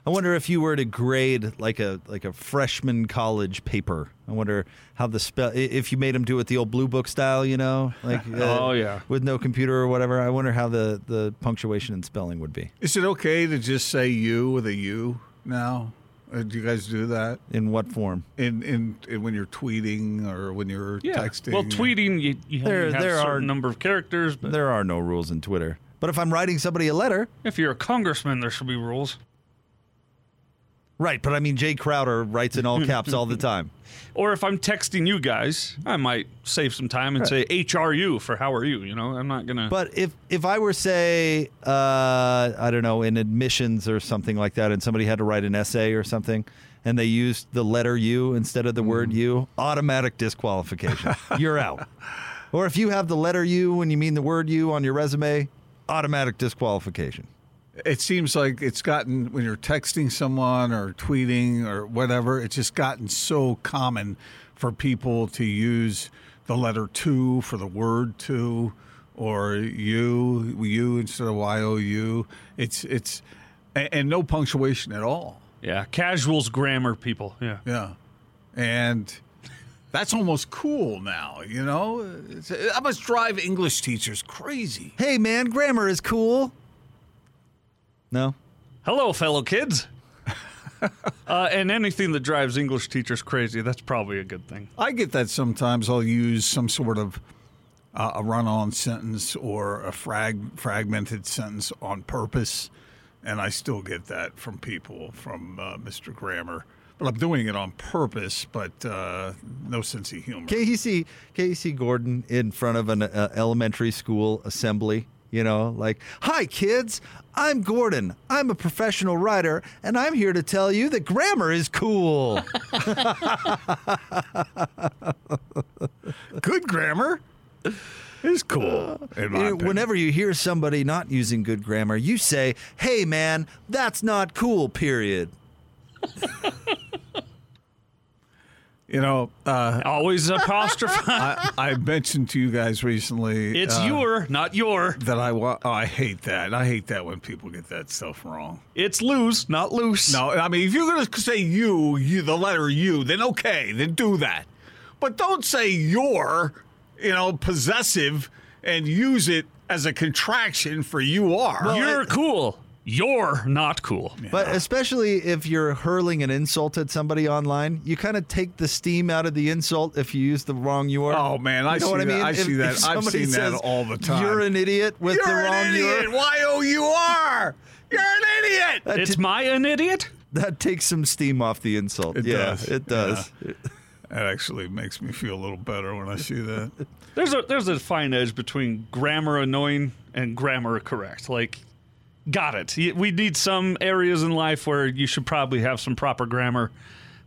Speaker 1: I wonder if you were to grade like a like a freshman college paper. I wonder how the spell i- if you made them do it the old blue book style, you
Speaker 5: [LAUGHS]
Speaker 1: know, like uh,
Speaker 5: Oh, yeah.
Speaker 1: with no computer or whatever. I wonder how the the punctuation and spelling would be
Speaker 2: Is it okay to just say you with a U now? Uh, do you guys do that
Speaker 1: in what form.
Speaker 2: in, in, in when you're tweeting or when you're
Speaker 5: Yeah.
Speaker 2: texting?
Speaker 5: Well, tweeting you, you
Speaker 1: There-
Speaker 5: have
Speaker 1: there
Speaker 5: a certain
Speaker 1: are-
Speaker 5: number of characters, but
Speaker 1: There are no rules in Twitter. But if I'm writing somebody a letter,
Speaker 5: if you're a congressman, there should be rules.
Speaker 1: right? But I mean, Jay Crowder writes in all
Speaker 5: [LAUGHS]
Speaker 1: caps all the time.
Speaker 5: Or if I'm texting you guys, I might save some time and say HRU for how are you. You know, I'm not gonna.
Speaker 1: But if if I were say uh, I don't know in admissions or something like that, and somebody had to write an essay or something, and they used the letter U instead of the word U, automatic disqualification. You're out. Or if you have the letter U when you mean the word U on your resume, automatic disqualification.
Speaker 2: it seems like it's gotten when you're texting someone or tweeting or whatever it's just gotten so common for people to use the letter to for the word to or you you instead of you it's it's and, and no punctuation at all
Speaker 5: yeah, casuals grammar people. Yeah.
Speaker 2: yeah and that's almost cool now you know it's, i must drive english teachers crazy
Speaker 1: Hey man, grammar is cool. No,
Speaker 5: Hello, fellow kids. [LAUGHS] uh, and anything that drives English teachers crazy, that's probably a good thing.
Speaker 2: I get that sometimes. I'll use some sort of uh, a run-on sentence or a frag fragmented sentence on purpose, and I still get that from people from uh, Mr. Grammar. But I'm doing it on purpose, but uh, no sense of humor.
Speaker 1: Can't you see? Can't you see E Gordon in front of an uh, elementary school assembly? You know, like, hi kids, I'm Gordon. I'm a professional writer, and I'm here to tell you that grammar is cool.
Speaker 2: Good grammar is cool. in my
Speaker 1: You-
Speaker 2: opinion.
Speaker 1: Whenever you hear somebody not using good grammar, you say, hey man, that's not cool. Period.
Speaker 2: you know, uh,
Speaker 5: Always apostrophize.
Speaker 2: I, I mentioned to you guys recently.
Speaker 5: [LAUGHS] it's
Speaker 2: uh,
Speaker 5: your, not your.
Speaker 2: that I wa- oh, I hate that. I hate that when people get that stuff wrong.
Speaker 5: It's loose, not loose.
Speaker 2: No, I mean, if you're going to say you, you, the letter U, then okay, then do that. But don't say your, you know, possessive and use it as a contraction for you are.
Speaker 5: You're
Speaker 2: You're-
Speaker 5: cool. You're not cool.
Speaker 1: But especially if you're hurling an insult at somebody online, you kind of take the steam out of the insult if you use the wrong you are.
Speaker 2: Oh, man, I
Speaker 1: you know what
Speaker 2: see that.
Speaker 1: I mean?
Speaker 2: I
Speaker 1: If-
Speaker 2: see
Speaker 1: if
Speaker 2: that. I've
Speaker 1: somebody
Speaker 2: seen that
Speaker 1: says,
Speaker 2: all the time.
Speaker 1: You're an idiot with the
Speaker 2: you're
Speaker 1: wrong
Speaker 2: an
Speaker 1: you
Speaker 2: idiot.
Speaker 1: are.
Speaker 2: Y O U R. You're an idiot.
Speaker 1: That,
Speaker 5: It's
Speaker 1: t-
Speaker 5: my an idiot?
Speaker 1: that takes some steam off the insult.
Speaker 2: It
Speaker 1: yeah,
Speaker 2: does.
Speaker 1: it does.
Speaker 2: That actually makes me feel a little better when I see that.
Speaker 1: [LAUGHS]
Speaker 5: There's a there's a fine edge between grammar annoying and grammar correct. Like, got it. Y- We need some areas in life where you should probably have some proper grammar.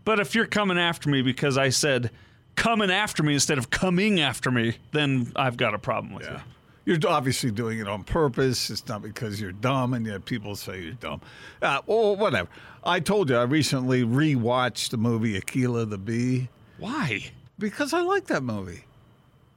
Speaker 5: But if you're coming after me because I said coming after me instead of coming after me, then I've got a problem with you.
Speaker 2: You're obviously doing it on purpose. It's not because you're dumb, and yet people say you're dumb. Uh, or whatever. I told you I recently rewatched the movie Aquila the Bee
Speaker 5: Why?
Speaker 2: because I like that movie.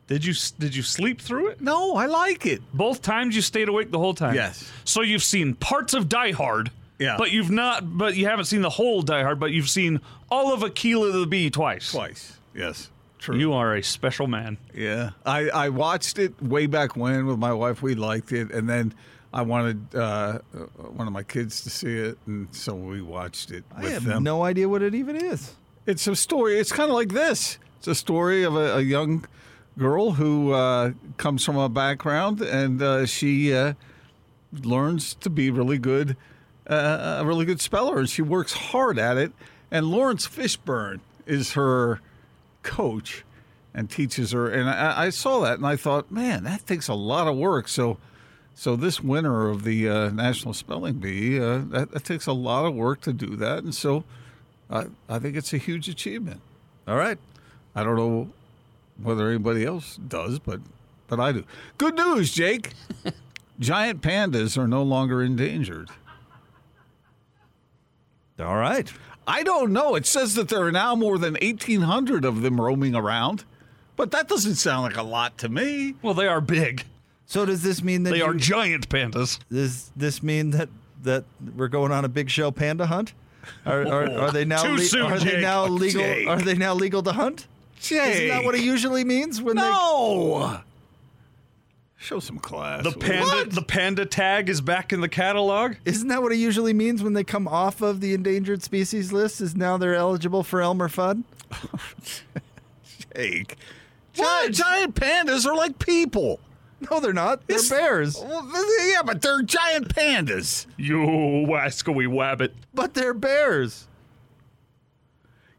Speaker 5: Did you s- did you sleep through it?
Speaker 2: No, I like it.
Speaker 5: Both times you stayed awake the whole time.
Speaker 2: Yes.
Speaker 5: So you've seen parts of Die Hard.
Speaker 2: Yeah.
Speaker 5: But you've not. But you haven't seen the whole Die Hard. But you've seen all of Aquila the Bee twice.
Speaker 2: Twice. Yes. True.
Speaker 5: You are a special man.
Speaker 2: yeah. I, I watched it way back when with my wife. We liked it, and then I wanted uh, uh, one of my kids to see it, and so we watched it
Speaker 1: I
Speaker 2: with
Speaker 1: have
Speaker 2: them.
Speaker 1: no idea what it even is.
Speaker 2: it's a story. It's kind of like this. It's a story of a, a young girl who uh, comes from a background and uh, she uh, learns to be really good, uh, a really good speller, and she works hard at it. And Lawrence Fishburne is her coach and teaches her. And I, I saw that and I thought, man, that takes a lot of work. So. So this winner of the uh, National Spelling Bee, uh, that, that takes a lot of work to do that, and so I, I think it's a huge achievement.
Speaker 1: All right.
Speaker 2: I don't know whether anybody else does, but but I do. Good news,
Speaker 1: [LAUGHS]
Speaker 2: Jake. Giant pandas are no longer endangered.
Speaker 1: All right.
Speaker 2: I don't know. It says that there are now more than 1,800 of them roaming around, but that doesn't sound like a lot to me.
Speaker 5: Well, they are big.
Speaker 1: So does this mean that
Speaker 5: They
Speaker 1: you,
Speaker 5: are giant pandas.
Speaker 1: does this mean that that we're going on a big show panda hunt? Are, are,
Speaker 5: [LAUGHS]
Speaker 1: are they now
Speaker 5: Too soon,
Speaker 1: are they
Speaker 5: Jake.
Speaker 1: now legal?
Speaker 5: Jake.
Speaker 1: Are they now legal to hunt? Isn't that what it usually means when
Speaker 5: No,
Speaker 10: Show some class.
Speaker 5: the panda the panda tag is back in the catalog.
Speaker 1: they? Isn't that what it usually means when they come off of the endangered species list? Is now they're eligible for Elmer Fudd?
Speaker 10: Jake. Giant, giant pandas are like people.
Speaker 1: No, they're not. They're bears,
Speaker 10: Well, th- yeah, but they're giant pandas.
Speaker 5: You wascoey wabbit.
Speaker 1: but they're bears.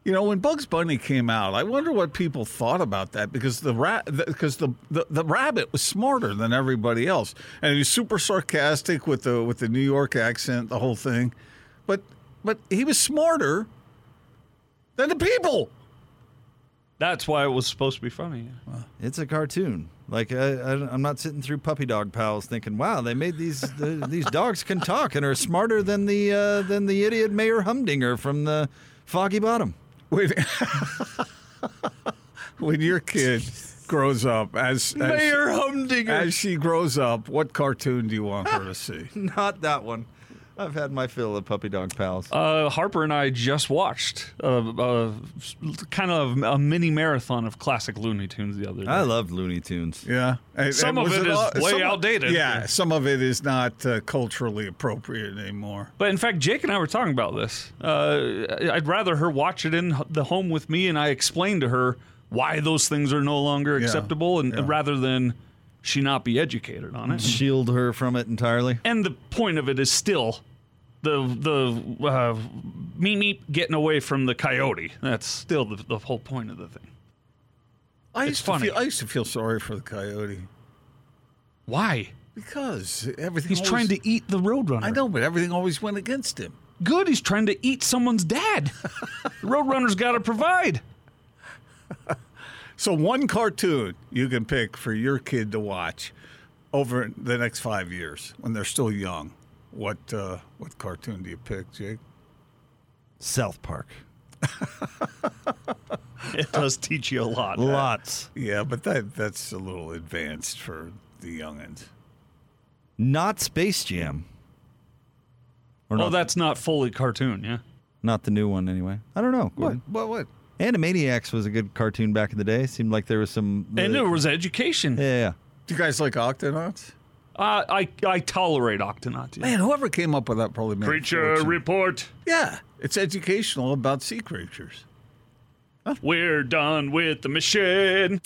Speaker 2: You know, when Bugs Bunny came out, I wonder what people thought about that because the rat, because the, the the rabbit was smarter than everybody else, and he was super sarcastic with the with the New York accent, the whole thing, but but he was smarter than the people.
Speaker 5: That's why it was supposed to be funny.
Speaker 1: It's a cartoon. Like I, I, am not sitting through Puppy Dog Pals thinking, "Wow, they made these [LAUGHS] the, these dogs can talk and are smarter than the uh, than the idiot Mayor Humdinger from the Foggy Bottom." [LAUGHS]
Speaker 2: When, [LAUGHS] when your kid grows up, as, as
Speaker 5: Mayor Humdinger.
Speaker 2: as she grows up, what cartoon do you want her to see?
Speaker 1: Not that one. I've had my fill of Puppy Dog Pals.
Speaker 5: Uh, Harper and I just watched a, a kind of a mini marathon of classic Looney Tunes the other day.
Speaker 1: I love Looney Tunes.
Speaker 2: Yeah, And-
Speaker 5: Some
Speaker 2: and
Speaker 5: of
Speaker 2: was
Speaker 5: it is way
Speaker 2: some of-
Speaker 5: outdated.
Speaker 2: Yeah, some of it is not uh, culturally appropriate anymore.
Speaker 5: But in fact, Jake and I were talking about this. Uh, I'd rather her watch it in h- the home with me, and I explain to her why those things are no longer acceptable, and rather than she not be educated on [LAUGHS] it.
Speaker 1: Shield her from it entirely.
Speaker 5: And the point of it is still the the uh, meep meep getting away from the coyote. That's still the, the whole point of the thing.
Speaker 2: I
Speaker 5: It's
Speaker 2: used
Speaker 5: funny.
Speaker 2: To feel, I used to feel sorry for the coyote
Speaker 5: Why?
Speaker 2: because everything.
Speaker 5: He's
Speaker 2: always-
Speaker 5: trying to eat the roadrunner.
Speaker 2: I know, but everything always went against him.
Speaker 5: Good, he's trying to eat someone's [LAUGHS] dad. the roadrunner's got to provide.
Speaker 2: So one cartoon you can pick for your kid to watch over the next five years when they're still young. What uh, what cartoon do you pick, Jake?
Speaker 1: South Park.
Speaker 5: It does teach you a lot.
Speaker 1: Lots.
Speaker 2: Yeah, but that that's a little advanced for the youngins.
Speaker 1: Not Space Jam. Or
Speaker 5: Oh,
Speaker 1: not,
Speaker 5: that's not fully cartoon, yeah.
Speaker 1: not the new one anyway. I don't know.
Speaker 2: What what what?
Speaker 1: Animaniacs was a good cartoon back in the day. Seemed like there was some.
Speaker 5: And there was education.
Speaker 1: yeah, yeah.
Speaker 2: Do you guys like Octonauts?
Speaker 5: Uh, I I tolerate Octonauts. yeah.
Speaker 2: Man, whoever came up with that probably made a fortune.
Speaker 5: report.
Speaker 2: Yeah, it's educational about sea creatures.
Speaker 5: We're done with
Speaker 2: [LAUGHS]
Speaker 5: the mission.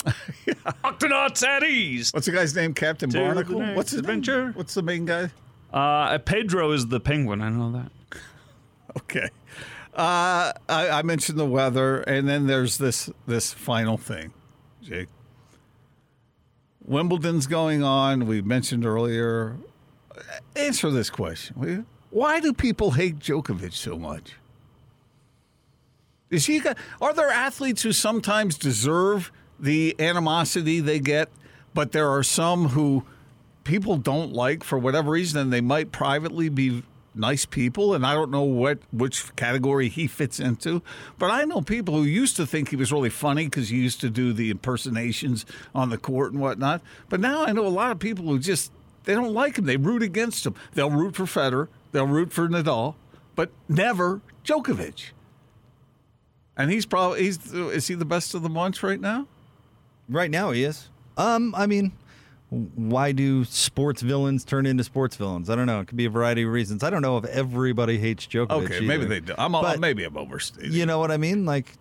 Speaker 5: Octonauts at ease.
Speaker 2: What's the guy's name? Captain
Speaker 5: the
Speaker 2: Barnacle.
Speaker 5: next
Speaker 2: What's his name?
Speaker 5: adventure.
Speaker 2: What's the main guy?
Speaker 5: Uh, Pedro is the penguin. I know that.
Speaker 2: Okay. Uh, I, I mentioned the weather, and then there's this this final thing, Jake. Wimbledon's going on. We mentioned earlier. Answer this question: will you? Why do people hate Djokovic so much? Is he? got- Are there athletes who sometimes deserve the animosity they get, but there are some who people don't like for whatever reason, and they might privately be nice people. And I don't know what which category he fits into, but I know people who used to think he was really funny because he used to do the impersonations on the court and whatnot. But now I know a lot of people who just they don't like him. They root against him. They'll root for Federer. They'll root for Nadal, but never Djokovic. And he's probably he's is he the best of the bunch right now?
Speaker 1: Right now he is. Um, I mean, why do sports villains turn into sports villains? I don't know. It could be a variety of reasons. I don't know if everybody hates Djokovic.
Speaker 2: Okay, maybe
Speaker 1: either.
Speaker 2: they do. I'm
Speaker 1: But-
Speaker 2: maybe I'm overstating.
Speaker 1: You know what I mean? Like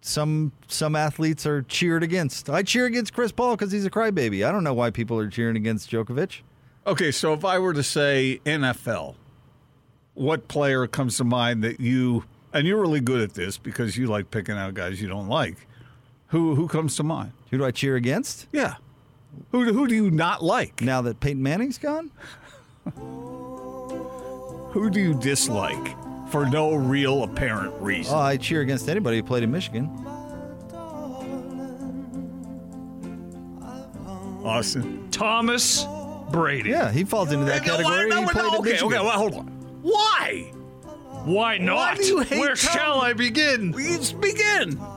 Speaker 1: some some athletes are cheered against. I cheer against Chris Paul because he's a crybaby. I don't know why people are cheering against Djokovic.
Speaker 2: Okay, so if I were to say NFL, what player comes to mind that you and you're really good at this because you like picking out guys you don't like? Who who comes to mind?
Speaker 1: Who do I cheer against?
Speaker 2: Yeah, who do- who do you not like?
Speaker 1: Now that Peyton Manning's gone?
Speaker 2: Who do you dislike for no real apparent reason?
Speaker 1: Oh, I cheer against anybody who played in Michigan.
Speaker 2: Uh, Austin.
Speaker 5: Thomas Brady.
Speaker 1: Yeah, he falls into that category.
Speaker 2: No,
Speaker 1: he
Speaker 2: no,
Speaker 1: played in
Speaker 2: okay,
Speaker 1: Michigan.
Speaker 2: okay, well, hold on. Why?
Speaker 5: Why not?
Speaker 2: do you hate
Speaker 5: Where shall
Speaker 2: Tom?
Speaker 5: I begin?
Speaker 2: Let's begin.
Speaker 5: Uh,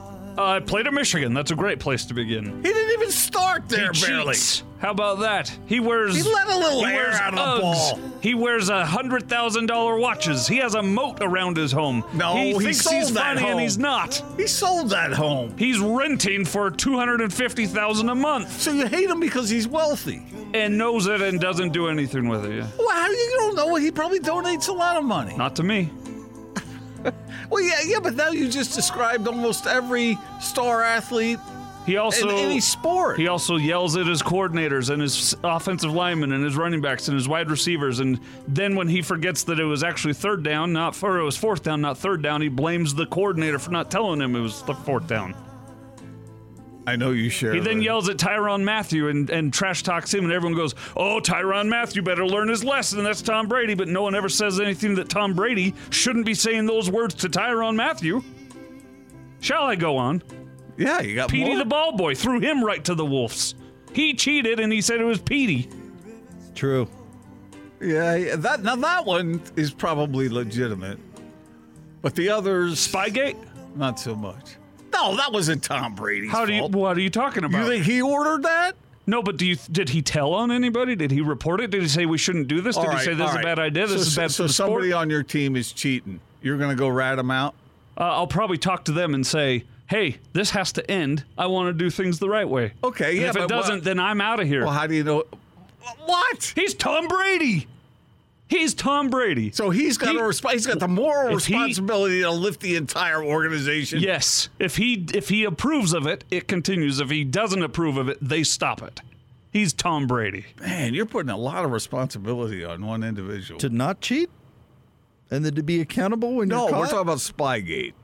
Speaker 5: I played at Michigan. That's a great place to begin.
Speaker 2: He didn't even start there,
Speaker 5: He
Speaker 2: barely.
Speaker 5: cheats. How about that? He wears.
Speaker 10: He let a little air out of the ball.
Speaker 5: He wears a hundred thousand dollar watches. He has a moat around his home.
Speaker 10: No,
Speaker 5: he,
Speaker 10: he
Speaker 5: thinks
Speaker 10: sold
Speaker 5: he's
Speaker 10: that
Speaker 5: funny
Speaker 10: home.
Speaker 5: and he's not.
Speaker 10: He sold that home.
Speaker 5: He's renting for two hundred and fifty thousand a month
Speaker 10: So you hate him because he's wealthy.
Speaker 5: and knows it and doesn't do anything with it. Yeah.
Speaker 10: Well, how do you you don't know? He probably donates a lot of money.
Speaker 5: Not to me.
Speaker 10: Well, yeah, yeah, but now you just described almost every star athlete
Speaker 5: He
Speaker 10: in
Speaker 5: also
Speaker 10: any sport.
Speaker 5: He also yells at his coordinators and his offensive linemen and his running backs and his wide receivers. And then when he forgets that it was actually third down, not for it was fourth down, not third down, he blames the coordinator for not telling him it was the fourth down.
Speaker 2: I know you share.
Speaker 5: He then
Speaker 2: the-
Speaker 5: yells at Tyron Matthew and, and trash talks him, and everyone goes, "Oh, Tyron Matthew better learn his lesson. That's Tom Brady." But no one ever says anything that Tom Brady shouldn't be saying those words to Tyron Matthew. Shall I go on?
Speaker 2: Yeah, you got
Speaker 5: Petey
Speaker 2: more.
Speaker 5: the ball boy threw him right to the wolves. He cheated and he said it was Petey.
Speaker 1: True.
Speaker 2: yeah, yeah, that now that one is probably legitimate, but the others
Speaker 5: Spygate?
Speaker 2: not so much. No, that wasn't Tom Brady's
Speaker 5: How do you?
Speaker 2: fault.
Speaker 5: What are you talking about?
Speaker 2: you think he ordered that?
Speaker 5: no, but do you? Did he tell on anybody? Did he report it? Did he say we shouldn't do this? Did
Speaker 2: All
Speaker 5: he
Speaker 2: right,
Speaker 5: say this
Speaker 2: all
Speaker 5: is a
Speaker 2: right.
Speaker 5: bad idea? This
Speaker 2: So-
Speaker 5: is bad
Speaker 2: So
Speaker 5: for the
Speaker 2: somebody uh,
Speaker 5: sport?
Speaker 2: on your team is cheating. You're going to go rat him out.
Speaker 5: Uh, I'll probably talk to them and say, "Hey, this has to end. I want to do things the right way."
Speaker 2: Okay,
Speaker 5: And
Speaker 2: yeah,
Speaker 5: if it
Speaker 2: but
Speaker 5: doesn't,
Speaker 2: what-
Speaker 5: then I'm out of here.
Speaker 2: Well, how do you know? What?
Speaker 5: He's Tom Brady. He's Tom Brady.
Speaker 2: So he's got
Speaker 5: He-
Speaker 2: a resp- he's got the moral
Speaker 5: If he-
Speaker 2: responsibility to lift the entire organization.
Speaker 5: yes, if he if he approves of it, it continues. If he doesn't approve of it, they stop it. He's Tom Brady.
Speaker 2: Man, you're putting a lot of responsibility on one individual.
Speaker 1: To not cheat? And then to be accountable when
Speaker 2: no,
Speaker 1: you're caught?
Speaker 2: we're talking about Spygate.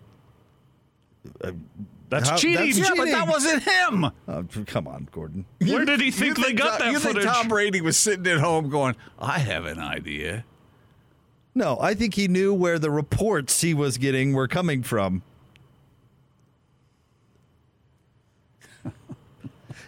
Speaker 5: That's
Speaker 1: How-
Speaker 5: cheating.
Speaker 1: that's
Speaker 2: Yeah, Uh, but
Speaker 1: cheating.
Speaker 2: that wasn't him.
Speaker 1: Uh, come on,
Speaker 2: [LAUGHS]
Speaker 1: Gordon.
Speaker 5: Where did he think
Speaker 2: You
Speaker 5: they got
Speaker 2: Tom-
Speaker 5: that
Speaker 2: you
Speaker 5: footage?
Speaker 2: think Tom Brady was sitting at home going, "I have an idea."
Speaker 1: No, I think he knew where the reports he was getting were coming from. [LAUGHS]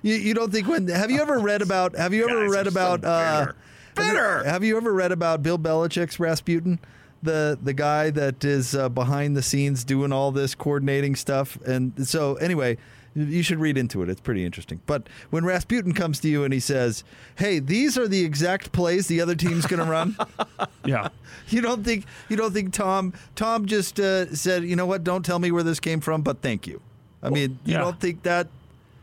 Speaker 1: you, you don't think when have you ever read about have you ever
Speaker 2: Guys
Speaker 1: read
Speaker 2: are so
Speaker 1: about uh
Speaker 2: bitter.
Speaker 1: have you-
Speaker 2: Bitter!
Speaker 1: Have you ever read about Bill Belichick's Rasputin? The the guy that is uh, behind the scenes doing all this coordinating stuff and so anyway, you should read into it. It's pretty interesting. But when Rasputin comes to you and he says, "Hey, these are the exact plays the other team's going to
Speaker 2: [LAUGHS]
Speaker 1: run."
Speaker 5: yeah.
Speaker 1: [LAUGHS] You don't think you don't think Tom Tom just uh, said, you know what? Don't tell me where this came from, but thank you. I mean, you
Speaker 5: yeah.
Speaker 1: don't think that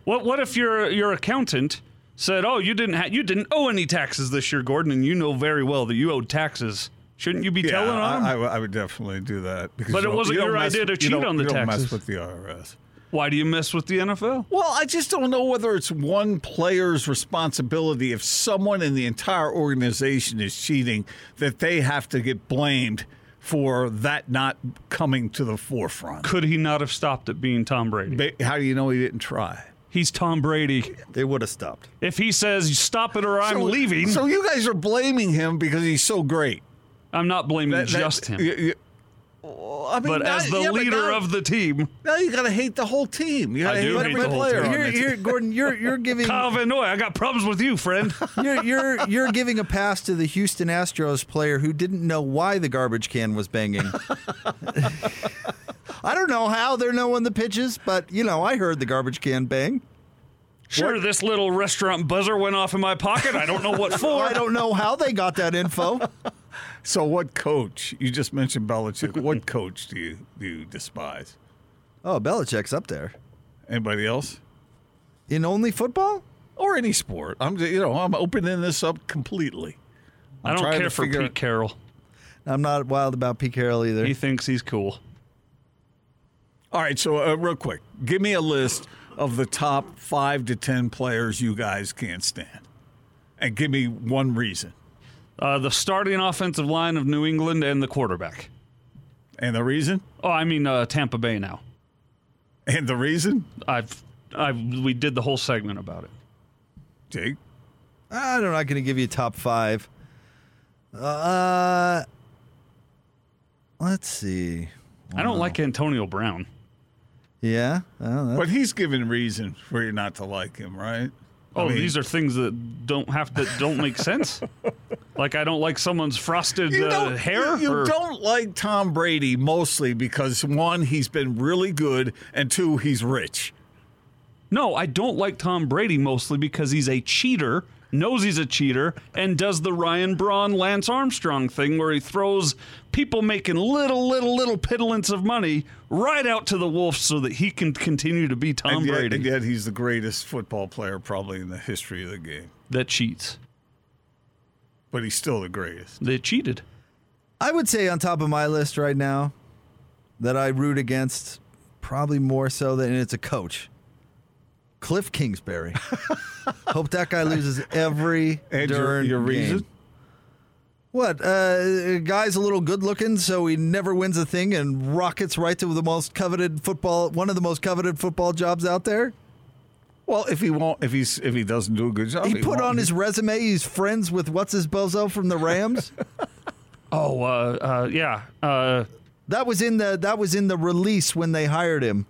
Speaker 5: What What if your your accountant said, "Oh, you didn't ha- you didn't owe any taxes this year, Gordon, and you know very well that you owed taxes. Shouldn't you be
Speaker 2: Yeah,
Speaker 5: telling on him?
Speaker 2: I, I, would- I would definitely do that. Because
Speaker 5: But
Speaker 2: you
Speaker 5: it
Speaker 2: don't-
Speaker 5: wasn't
Speaker 2: you don't
Speaker 5: your
Speaker 2: mess
Speaker 5: idea to
Speaker 2: with-
Speaker 5: cheat
Speaker 2: you don't-
Speaker 5: on the
Speaker 2: you don't
Speaker 5: taxes.
Speaker 2: mess with the IRS.
Speaker 5: Why do you mess with the NFL?
Speaker 2: Well, I just don't know whether it's one player's responsibility if someone in the entire organization is cheating that they have to get blamed for that not coming to the forefront.
Speaker 5: Could he not have stopped it being Tom Brady?
Speaker 2: Ba- How do you know he didn't try?
Speaker 5: He's Tom Brady.
Speaker 1: they would have stopped.
Speaker 5: If he says, "Stop it, or I'm
Speaker 2: So-
Speaker 5: leaving,"
Speaker 2: So you guys are blaming him because he's so great.
Speaker 5: I'm not blaming
Speaker 2: That- that-
Speaker 5: just him.
Speaker 2: you- you- Well, I mean,
Speaker 5: but
Speaker 2: now-
Speaker 5: as the
Speaker 2: yeah, but
Speaker 5: leader
Speaker 2: now-
Speaker 5: of the team,
Speaker 2: now you got to hate the whole team. You got to
Speaker 5: do
Speaker 2: hate
Speaker 5: hate
Speaker 2: every
Speaker 5: the whole
Speaker 2: player.
Speaker 5: team.
Speaker 2: on
Speaker 1: You're,
Speaker 2: the team.
Speaker 1: you're Gordon. You're
Speaker 5: [LAUGHS]
Speaker 1: you're giving
Speaker 5: Kyle Van Noy, I got problems with you,
Speaker 2: [LAUGHS]
Speaker 5: friend.
Speaker 1: you're,
Speaker 5: [LAUGHS]
Speaker 1: you're you're giving a pass to the Houston Astros player who didn't know why the garbage can was
Speaker 5: [LAUGHS]
Speaker 1: banging. I don't know how they're knowing the pitches, but you know, I heard the garbage can bang.
Speaker 5: sure, this little restaurant buzzer went off in my pocket. I don't
Speaker 2: [LAUGHS]
Speaker 5: know what for.
Speaker 1: I don't know how they got that
Speaker 5: [LAUGHS]
Speaker 1: info.
Speaker 2: So what coach? You just mentioned Belichick. what coach do you do you despise?
Speaker 1: Oh, Belichick's up there
Speaker 2: Anybody else?
Speaker 1: in only football.
Speaker 2: Or any sport. I'm ju- you know, I'm opening this up completely.
Speaker 5: I don't
Speaker 2: trying
Speaker 5: care
Speaker 2: to
Speaker 5: for
Speaker 2: figure-
Speaker 5: Pete Carroll.
Speaker 1: I'm not wild about Pete Carroll either.
Speaker 5: He thinks he's cool.
Speaker 2: All right, so uh, real quick, give me a list of the top 5 to 10 players you guys can't stand. And give me one reason.
Speaker 5: Uh, the starting offensive line of New England and the quarterback.
Speaker 2: And the reason?
Speaker 5: Oh, I mean uh, Tampa Bay now.
Speaker 2: And the reason?
Speaker 5: I've, I we did the whole segment about it.
Speaker 2: Jake.
Speaker 1: I'm not going to give you top five. Uh, let's see.
Speaker 5: I don't like Antonio Brown.
Speaker 1: Yeah, uh, well, that-
Speaker 2: But he's given reason for you not to like him, right?
Speaker 5: Oh,
Speaker 2: mean-
Speaker 5: these are things that don't have that don't
Speaker 2: [LAUGHS]
Speaker 5: make sense. Like I don't like someone's frosted
Speaker 2: You
Speaker 5: uh,
Speaker 2: don't,
Speaker 5: hair.
Speaker 2: You, you
Speaker 5: or-
Speaker 2: don't like Tom Brady mostly because one, he's been really good, and two, he's rich.
Speaker 5: No, I don't like Tom Brady mostly because he's a cheater, knows he's a cheater, and does the Ryan Braun Lance Armstrong thing where he throws people making little, little, little piddlings of money right out to the wolves so that he can continue to be Tom
Speaker 2: and yet,
Speaker 5: Brady
Speaker 2: and yet he's the greatest football player probably in the history of the game.
Speaker 5: that cheats.
Speaker 2: But he's still the greatest.
Speaker 5: They cheated.
Speaker 1: I would say on top of my list right now that I root against probably more so than it's a coach. Cliff
Speaker 2: [LAUGHS]
Speaker 1: Kingsbury. Hope that guy loses every
Speaker 2: And your-
Speaker 1: darn
Speaker 2: your
Speaker 1: game.
Speaker 2: reason?
Speaker 1: What? Uh, guy's a little good looking, so he never wins a thing and rockets right to the most coveted football, one of the most coveted football jobs out there.
Speaker 2: Well, if he won't, if he's if he doesn't do a good job,
Speaker 1: He put
Speaker 2: won't.
Speaker 1: on his resume, he's friends with what's his bozo from the Rams.
Speaker 5: Oh, uh, uh, yeah. Uh,
Speaker 1: That was in the that was in the release when they hired him.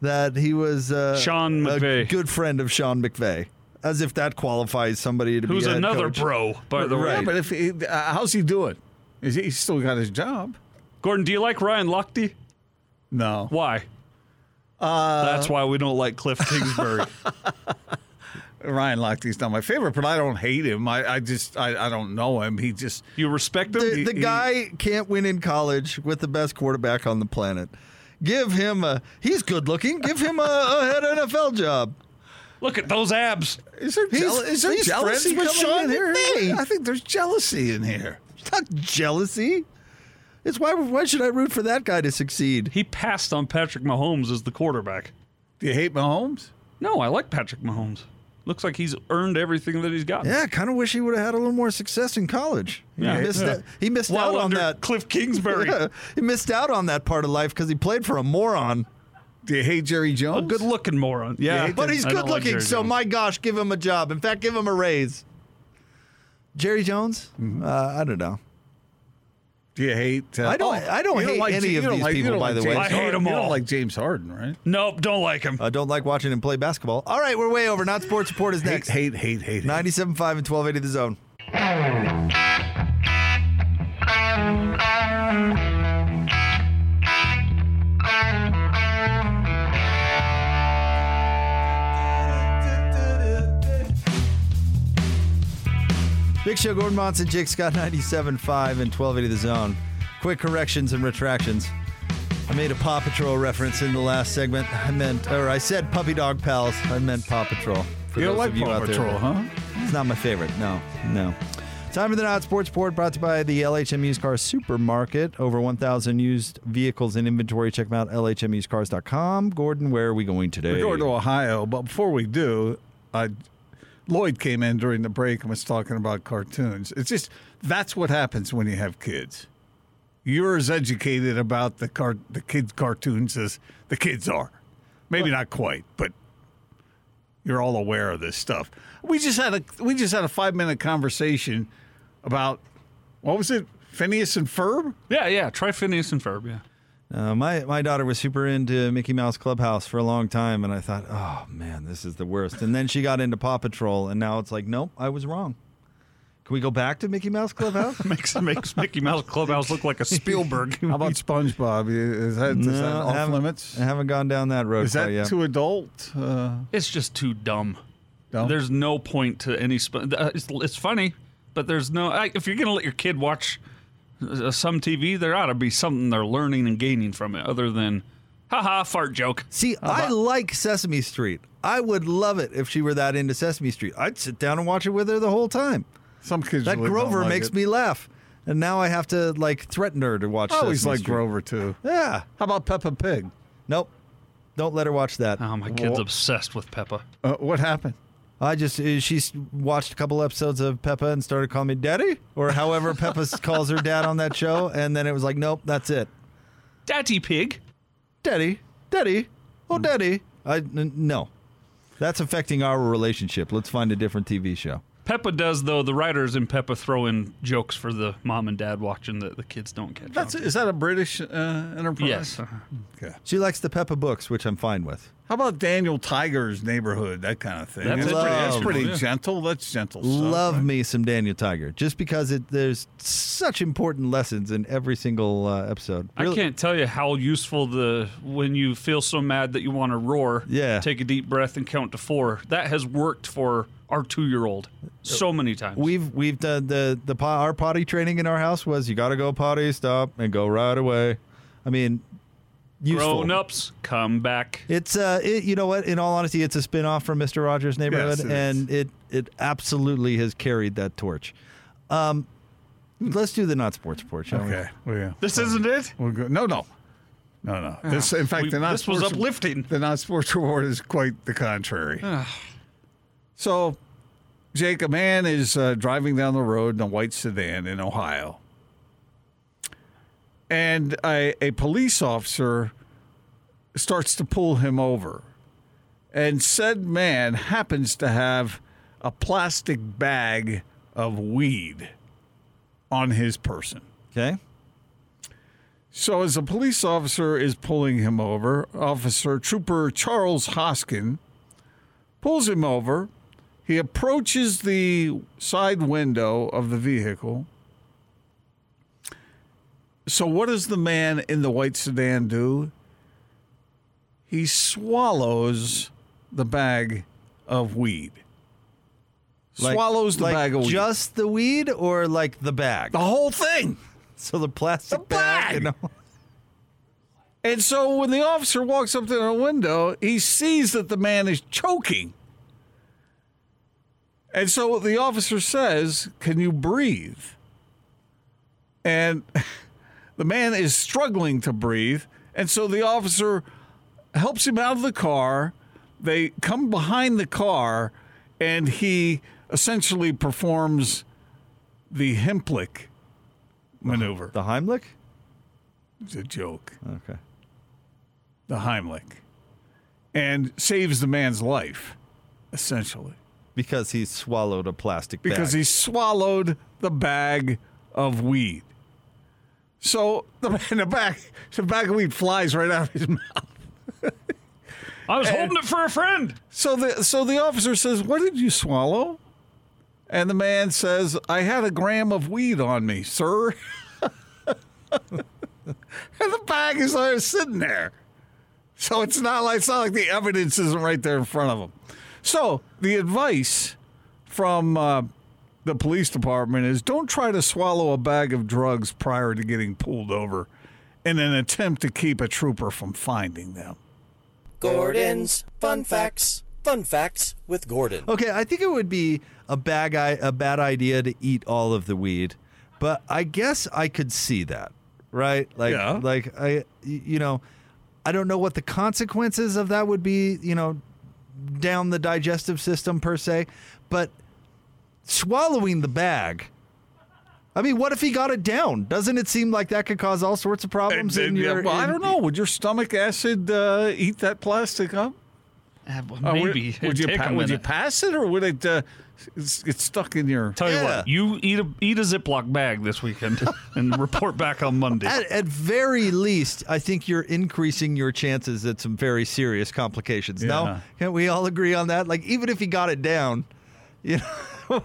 Speaker 1: That he was uh,
Speaker 5: Sean
Speaker 1: a
Speaker 5: McVay.
Speaker 1: good friend of Sean McVay, as if that qualifies somebody to
Speaker 5: who's
Speaker 1: be head
Speaker 5: another
Speaker 1: coach.
Speaker 5: bro, by the
Speaker 2: Yeah,
Speaker 5: way.
Speaker 2: but if he, uh, how's he doing? Is he, he's still got his job?
Speaker 5: Gordon, do you like Ryan Lochte?
Speaker 2: No.
Speaker 5: Why? Uh, That's why we don't like Cliff
Speaker 1: [LAUGHS]
Speaker 5: Kingsbury.
Speaker 2: Ryan Lochte's not my favorite, but I don't hate him. I, I just I, I don't know him. He just
Speaker 5: you respect him?
Speaker 1: The, the
Speaker 2: he-
Speaker 1: guy can't win in college with the best quarterback on the planet. Give him a he's good looking. Give him a, a head NFL job.
Speaker 5: Look at those abs.
Speaker 2: is there, jeal-
Speaker 1: He's-
Speaker 2: is there
Speaker 1: he's
Speaker 2: jealousy
Speaker 1: friends with
Speaker 2: coming
Speaker 1: Sean
Speaker 2: in here?
Speaker 1: McVay.
Speaker 2: I think there's jealousy in here.
Speaker 1: It's not jealousy. It's why why should I root for that guy to succeed?
Speaker 5: He passed on Patrick Mahomes as the quarterback.
Speaker 2: Do you hate Mahomes?
Speaker 5: No, I like Patrick Mahomes. Looks like he's earned everything that he's got.
Speaker 1: Yeah, I kind of wish he would have had a little more success in college.
Speaker 5: Yeah.
Speaker 1: He missed,
Speaker 5: Yeah.
Speaker 1: that, he missed
Speaker 5: While
Speaker 1: out on
Speaker 5: under
Speaker 1: that.
Speaker 5: Cliff Kingsbury.
Speaker 1: [LAUGHS] Yeah, he missed out on that part of life because he played for a moron.
Speaker 2: Do you hate Jerry
Speaker 5: A
Speaker 2: Jones?
Speaker 5: good looking moron. Yeah.
Speaker 1: But he's
Speaker 5: I don't
Speaker 1: good
Speaker 5: like
Speaker 1: looking,
Speaker 5: Jerry
Speaker 1: so
Speaker 5: Jones.
Speaker 1: my gosh, give him a job. In fact, give him a raise. Jerry Jones?
Speaker 5: Mm-hmm.
Speaker 1: Uh, I don't know.
Speaker 2: Do you hate? Uh,
Speaker 1: I don't- I don't
Speaker 2: you
Speaker 1: hate
Speaker 2: like,
Speaker 1: any
Speaker 2: you
Speaker 1: of
Speaker 2: don't
Speaker 1: these
Speaker 2: like- you
Speaker 1: people,
Speaker 2: don't
Speaker 1: by
Speaker 2: like
Speaker 1: the way.
Speaker 2: James
Speaker 5: I hate
Speaker 2: Harden.
Speaker 5: them
Speaker 2: You
Speaker 5: all.
Speaker 2: don't like James Harden, right?
Speaker 5: Nope, don't like him.
Speaker 1: I don't like watching him play basketball. All right, we're way over. Not Sports Report is next.
Speaker 2: Hate, hate, hate, hate.
Speaker 1: 97.5 and 1280 The Zone. Big Show, Gordon Monson, Jake Scott, 97.5 and 1280 The Zone. Quick corrections and retractions. I made a Paw Patrol reference in the last segment. I meant, or I said puppy dog pals. I meant Paw Patrol. For
Speaker 2: You don't
Speaker 1: those
Speaker 2: like
Speaker 1: of you
Speaker 2: Paw
Speaker 1: out there
Speaker 2: Patrol,
Speaker 1: that-
Speaker 2: huh?
Speaker 1: it's not my favorite. No, no. Time for the Not Sports Report brought to you by the LHM Used Car Supermarket. Over 1,000 used vehicles in inventory. Check them out, lhmusedcars.com. Gordon, where are we going today?
Speaker 2: We're going to Ohio, but before we do, I, Lloyd came in during the break and was talking about cartoons. It's just that's what happens when you have kids. You're as educated about the car, the kids' cartoons as the kids are. Maybe not quite, but you're all aware of this stuff. We just had a we just had a five minute conversation about what was it, Phineas and Ferb?
Speaker 5: yeah, yeah. Try Phineas and Ferb. Yeah. [LAUGHS]
Speaker 1: Uh, my, my daughter was super into Mickey Mouse Clubhouse for a long time, and I thought, oh, man, this is the worst. And then she got into Paw Patrol, and now it's like, nope, I was wrong. Can we go back to Mickey Mouse
Speaker 2: [LAUGHS]
Speaker 1: Clubhouse?
Speaker 5: Makes makes Mickey Mouse Clubhouse look like a Spielberg.
Speaker 1: [LAUGHS]
Speaker 2: How about SpongeBob? Is that, is that
Speaker 1: I
Speaker 2: off
Speaker 1: haven't-
Speaker 2: limits?
Speaker 1: I haven't gone down that road
Speaker 2: Is that
Speaker 1: quite yet.
Speaker 2: too adult? Uh,
Speaker 5: it's just too dumb.
Speaker 2: Dumb?
Speaker 5: There's no point to any. Sp- uh, it's, it's funny, but there's no. I, if you're gonna let your kid watch uh, some TV, there ought to be something they're learning and gaining from it, other than, haha, fart joke.
Speaker 1: See, I like Sesame Street. I would love it if she were that into Sesame Street. I'd sit down and watch it with her the whole time.
Speaker 2: Some kids
Speaker 1: That
Speaker 2: really don't
Speaker 1: Grover
Speaker 2: like
Speaker 1: makes
Speaker 2: it.
Speaker 1: me laugh. And now I have to like threaten her to watch
Speaker 2: I always
Speaker 1: Sesame
Speaker 2: like
Speaker 1: Street.
Speaker 2: Grover too.
Speaker 1: Yeah.
Speaker 2: How about Peppa Pig?
Speaker 1: Nope. Don't let her watch that.
Speaker 5: Oh, my kid's
Speaker 2: Wha-
Speaker 5: obsessed with Peppa.
Speaker 2: Uh, what happened?
Speaker 1: I just uh, she's watched a couple episodes of Peppa and started calling me daddy or
Speaker 2: [LAUGHS]
Speaker 1: however Peppa s- calls her dad on that show and then it was like nope, that's it.
Speaker 5: Daddy Pig.
Speaker 1: Daddy, daddy.
Speaker 2: Hmm.
Speaker 1: Oh, daddy. I n- no. That's affecting our relationship. Let's find a different TV show.
Speaker 5: Peppa does though. The writers in Peppa throw in jokes for the mom and dad watching that the kids don't catch.
Speaker 2: That's
Speaker 5: on.
Speaker 2: is that a British uh, enterprise?
Speaker 5: Yes.
Speaker 2: Okay.
Speaker 1: She likes the Peppa books, which I'm fine with.
Speaker 2: How about Daniel Tiger's neighborhood? That kind of thing.
Speaker 3: That's
Speaker 2: That's, pretty, that's
Speaker 1: Love.
Speaker 2: pretty
Speaker 1: Yeah.
Speaker 2: gentle. That's gentle. stuff.
Speaker 1: Love me some Daniel Tiger, just because it, there's such important lessons in every single uh, episode.
Speaker 5: I
Speaker 1: Really-
Speaker 5: can't tell you how useful the when you feel so mad that you want to roar.
Speaker 1: Yeah.
Speaker 5: Take a deep breath and count to four. That has worked for our two-year-old so many times.
Speaker 1: We've we've done the the po- our potty training in our house was you got to go potty, stop, and go right away. I mean, useful.
Speaker 5: Grown-ups, come back.
Speaker 1: It's uh, it, you know what? In all honesty, it's a spin off from Mister Rogers' Neighborhood,
Speaker 2: Yes, it
Speaker 1: and it it absolutely has carried that torch. Um, let's do the not sports report, shall
Speaker 2: Okay. Well, yeah.
Speaker 5: This isn't it.
Speaker 2: We're good. No, no. No, no. This, in fact,
Speaker 5: Ah. We-
Speaker 2: the non
Speaker 5: this was uplifting. Ah.
Speaker 2: The non sports award is quite the contrary. so, Jake, a man is uh, driving down the road in a white sedan in Ohio. And a, a police officer starts to pull him over. And said man happens to have a plastic bag of weed on his person.
Speaker 1: we? Okay.
Speaker 2: So, as a police officer is pulling him over, Officer Trooper Charles Hoskin pulls him over. He approaches the side window of the vehicle. So, what does the man in the white sedan do? He swallows the bag of weed.
Speaker 1: Like-
Speaker 2: swallows the
Speaker 1: like
Speaker 2: bag of weed.
Speaker 1: Just the weed, or like the bag?
Speaker 2: the whole thing.
Speaker 1: So Oh. the plastic
Speaker 2: The bag!
Speaker 1: and all-
Speaker 2: And so when the officer walks up to the window, he sees that the man is choking. And so the officer says, Can you breathe? And [LAUGHS] the man is struggling to breathe. And so the officer helps him out of the car. They come behind the car, and he essentially performs the Hemplick maneuver.
Speaker 1: the Heimlich.
Speaker 2: It's a joke
Speaker 1: Okay.
Speaker 2: the Heimlich and saves the man's life, essentially,
Speaker 1: Because he swallowed a plastic
Speaker 2: because
Speaker 1: bag.
Speaker 2: he swallowed the bag of weed. So the, [LAUGHS] and the bag, the bag of weed flies right out of his mouth.
Speaker 5: I
Speaker 2: Eh.
Speaker 5: was holding it for a friend.
Speaker 2: So the so the officer says, "What did you swallow?" And the man says, "I had a gram of weed on me, sir." [LAUGHS] and the bag is there, sitting there. So it's not like it's not like the evidence isn't right there in front of him. So the advice from uh, the police department is don't try to swallow a bag of drugs prior to getting pulled over in an attempt to keep a trooper from finding them.
Speaker 11: Gordon's Fun Facts. Fun Facts with Gordon.
Speaker 1: Okay, I think it would be a bad I- a bad idea to eat all of the weed, but I guess I could see that, right? Like,
Speaker 2: Yeah.
Speaker 1: like I, y- you know, I don't know what the consequences of that would be, you know, down the digestive system per se, but swallowing the bag. I mean, what if he got it down? Doesn't it seem like that could cause all sorts of problems
Speaker 2: And-
Speaker 1: in
Speaker 2: and, yeah,
Speaker 1: your?
Speaker 2: well, I
Speaker 1: in-
Speaker 2: don't know. Would your stomach acid uh, eat that plastic up? Uh, would-
Speaker 5: maybe.
Speaker 2: Would, you pa- would you pass it, or would it uh, s- get stuck in your?
Speaker 5: Tell you
Speaker 1: Yeah.
Speaker 5: what, you eat a eat a Ziploc bag this weekend
Speaker 1: [LAUGHS]
Speaker 5: and report back on Monday.
Speaker 1: At, at very least, I think you're increasing your chances at some very serious complications. No,
Speaker 2: Yeah.
Speaker 1: can't we all agree on that? Like, even if he got it down, you know,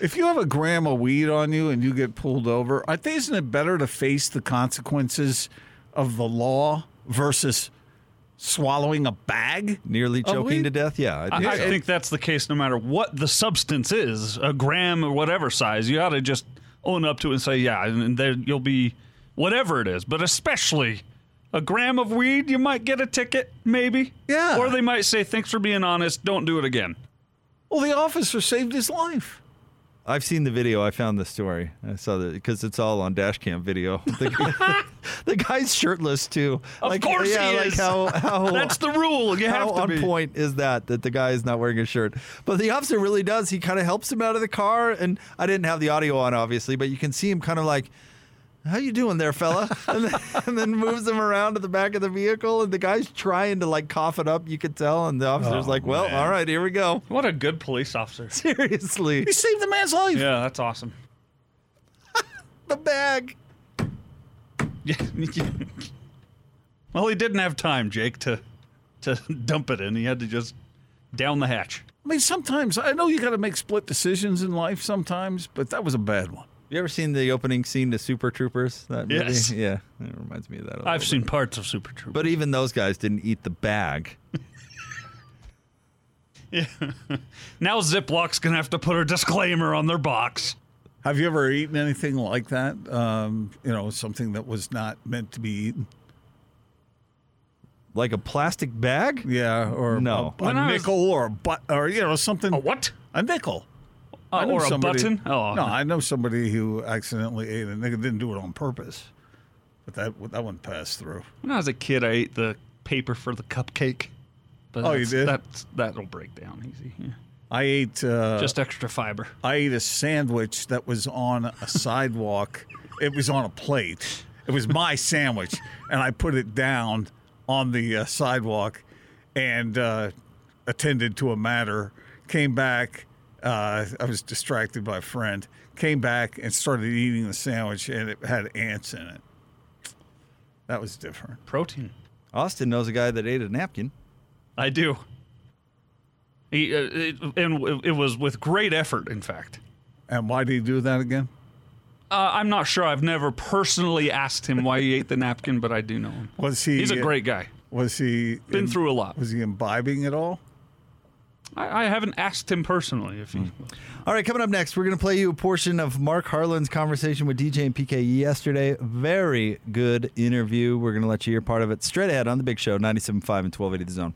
Speaker 2: If you have a gram of weed on you and you get pulled over, I think isn't it better to face the consequences of the law versus swallowing a bag?
Speaker 1: nearly
Speaker 2: Of
Speaker 1: choking to
Speaker 2: weed?
Speaker 1: death. Yeah, I
Speaker 5: I,
Speaker 1: think
Speaker 5: I
Speaker 1: so.
Speaker 5: think that's the case no matter what the substance is, a gram or whatever size. You ought to just own up to it and say, yeah, and, and there you'll be whatever it is, but especially a gram of weed, you might get a ticket, maybe.
Speaker 2: Yeah.
Speaker 5: Or they might say, thanks for being honest, don't do it again.
Speaker 2: Well, the officer saved his life.
Speaker 1: I've seen the video. I found the story. I saw that because it's all on dash cam video. [LAUGHS] The, guy- the guy's shirtless too.
Speaker 5: Of
Speaker 1: Like,
Speaker 5: course
Speaker 1: yeah,
Speaker 5: he
Speaker 1: like
Speaker 5: is. [LAUGHS]
Speaker 1: How, how
Speaker 5: That's the rule. You
Speaker 1: how
Speaker 5: have to
Speaker 1: on
Speaker 5: be.
Speaker 1: point is that that the guy is not wearing a shirt but the officer really does he kind of helps him out of the car and i didn't have the audio on obviously but you can see him kind of like how you doing there fella [LAUGHS] and then, and then moves him around to the back of the vehicle and the guy's trying to like cough it up you could tell and the
Speaker 5: Oh,
Speaker 1: officer's like well all right here we go [LAUGHS]
Speaker 5: What a good police officer.
Speaker 1: seriously
Speaker 2: He saved the man's life.
Speaker 5: Yeah, that's awesome. [LAUGHS]
Speaker 1: the bag
Speaker 5: Yeah. Well, he didn't have time, Jake, to to [LAUGHS] dump it in. He had to just down the hatch.
Speaker 2: I mean, sometimes I know you got to make split decisions in life sometimes, but that was a bad one.
Speaker 1: You ever seen the opening scene to Super Troopers? That movie?
Speaker 5: Yes.
Speaker 1: Yeah, it reminds me of that. a
Speaker 5: I've
Speaker 1: little
Speaker 5: seen
Speaker 1: bit.
Speaker 5: parts of Super Troopers.
Speaker 1: But even those guys didn't eat the bag.
Speaker 5: Now Ziplock's gonna have to put a disclaimer on their box.
Speaker 2: Have you ever eaten anything like that? Um, you know, something that was not meant to be eaten.
Speaker 1: Like a plastic bag?
Speaker 2: Yeah, or
Speaker 1: No.
Speaker 2: a, a
Speaker 5: When I was-
Speaker 2: nickel or a butt or you know something.
Speaker 5: A what?
Speaker 2: A nickel. I
Speaker 5: Uh,
Speaker 2: know
Speaker 5: or a
Speaker 2: somebody-
Speaker 5: button? Oh,
Speaker 2: no, I know somebody who accidentally ate a nickel. Didn't do it on purpose, but that that one passed through.
Speaker 5: When I was a kid, I ate the paper for the cupcake. But
Speaker 2: Oh, you
Speaker 5: that's-
Speaker 2: did?
Speaker 5: That's, that'll break down easy. yeah.
Speaker 2: I ate uh,
Speaker 5: Just extra fiber.
Speaker 2: I ate a sandwich that was on a sidewalk. it was on a plate. It was my sandwich, and I put it down on the uh, sidewalk and uh, attended to a matter. Came back. Uh, I was distracted by a friend. Came back and started eating the sandwich, and it had ants in it. That was different.
Speaker 5: Protein.
Speaker 1: Austin knows a guy that ate a napkin.
Speaker 5: I do. He, uh, it, and w- it was with great effort, in fact.
Speaker 2: And why did he do that again?
Speaker 5: Uh, I'm not sure. I've never personally asked him why he ate the napkin, but I do know him.
Speaker 2: Was he?
Speaker 5: He's a great guy.
Speaker 2: Was he
Speaker 5: Been through a lot.
Speaker 2: Was he imbibing at all?
Speaker 5: I, I haven't asked him personally if he.
Speaker 1: All right, coming up next, we're going to play you a portion of Mark Harlan's conversation with DJ and PK yesterday. Very good interview. We're going to let you hear part of it straight ahead on The Big Show, 97.5 and 1280 The Zone.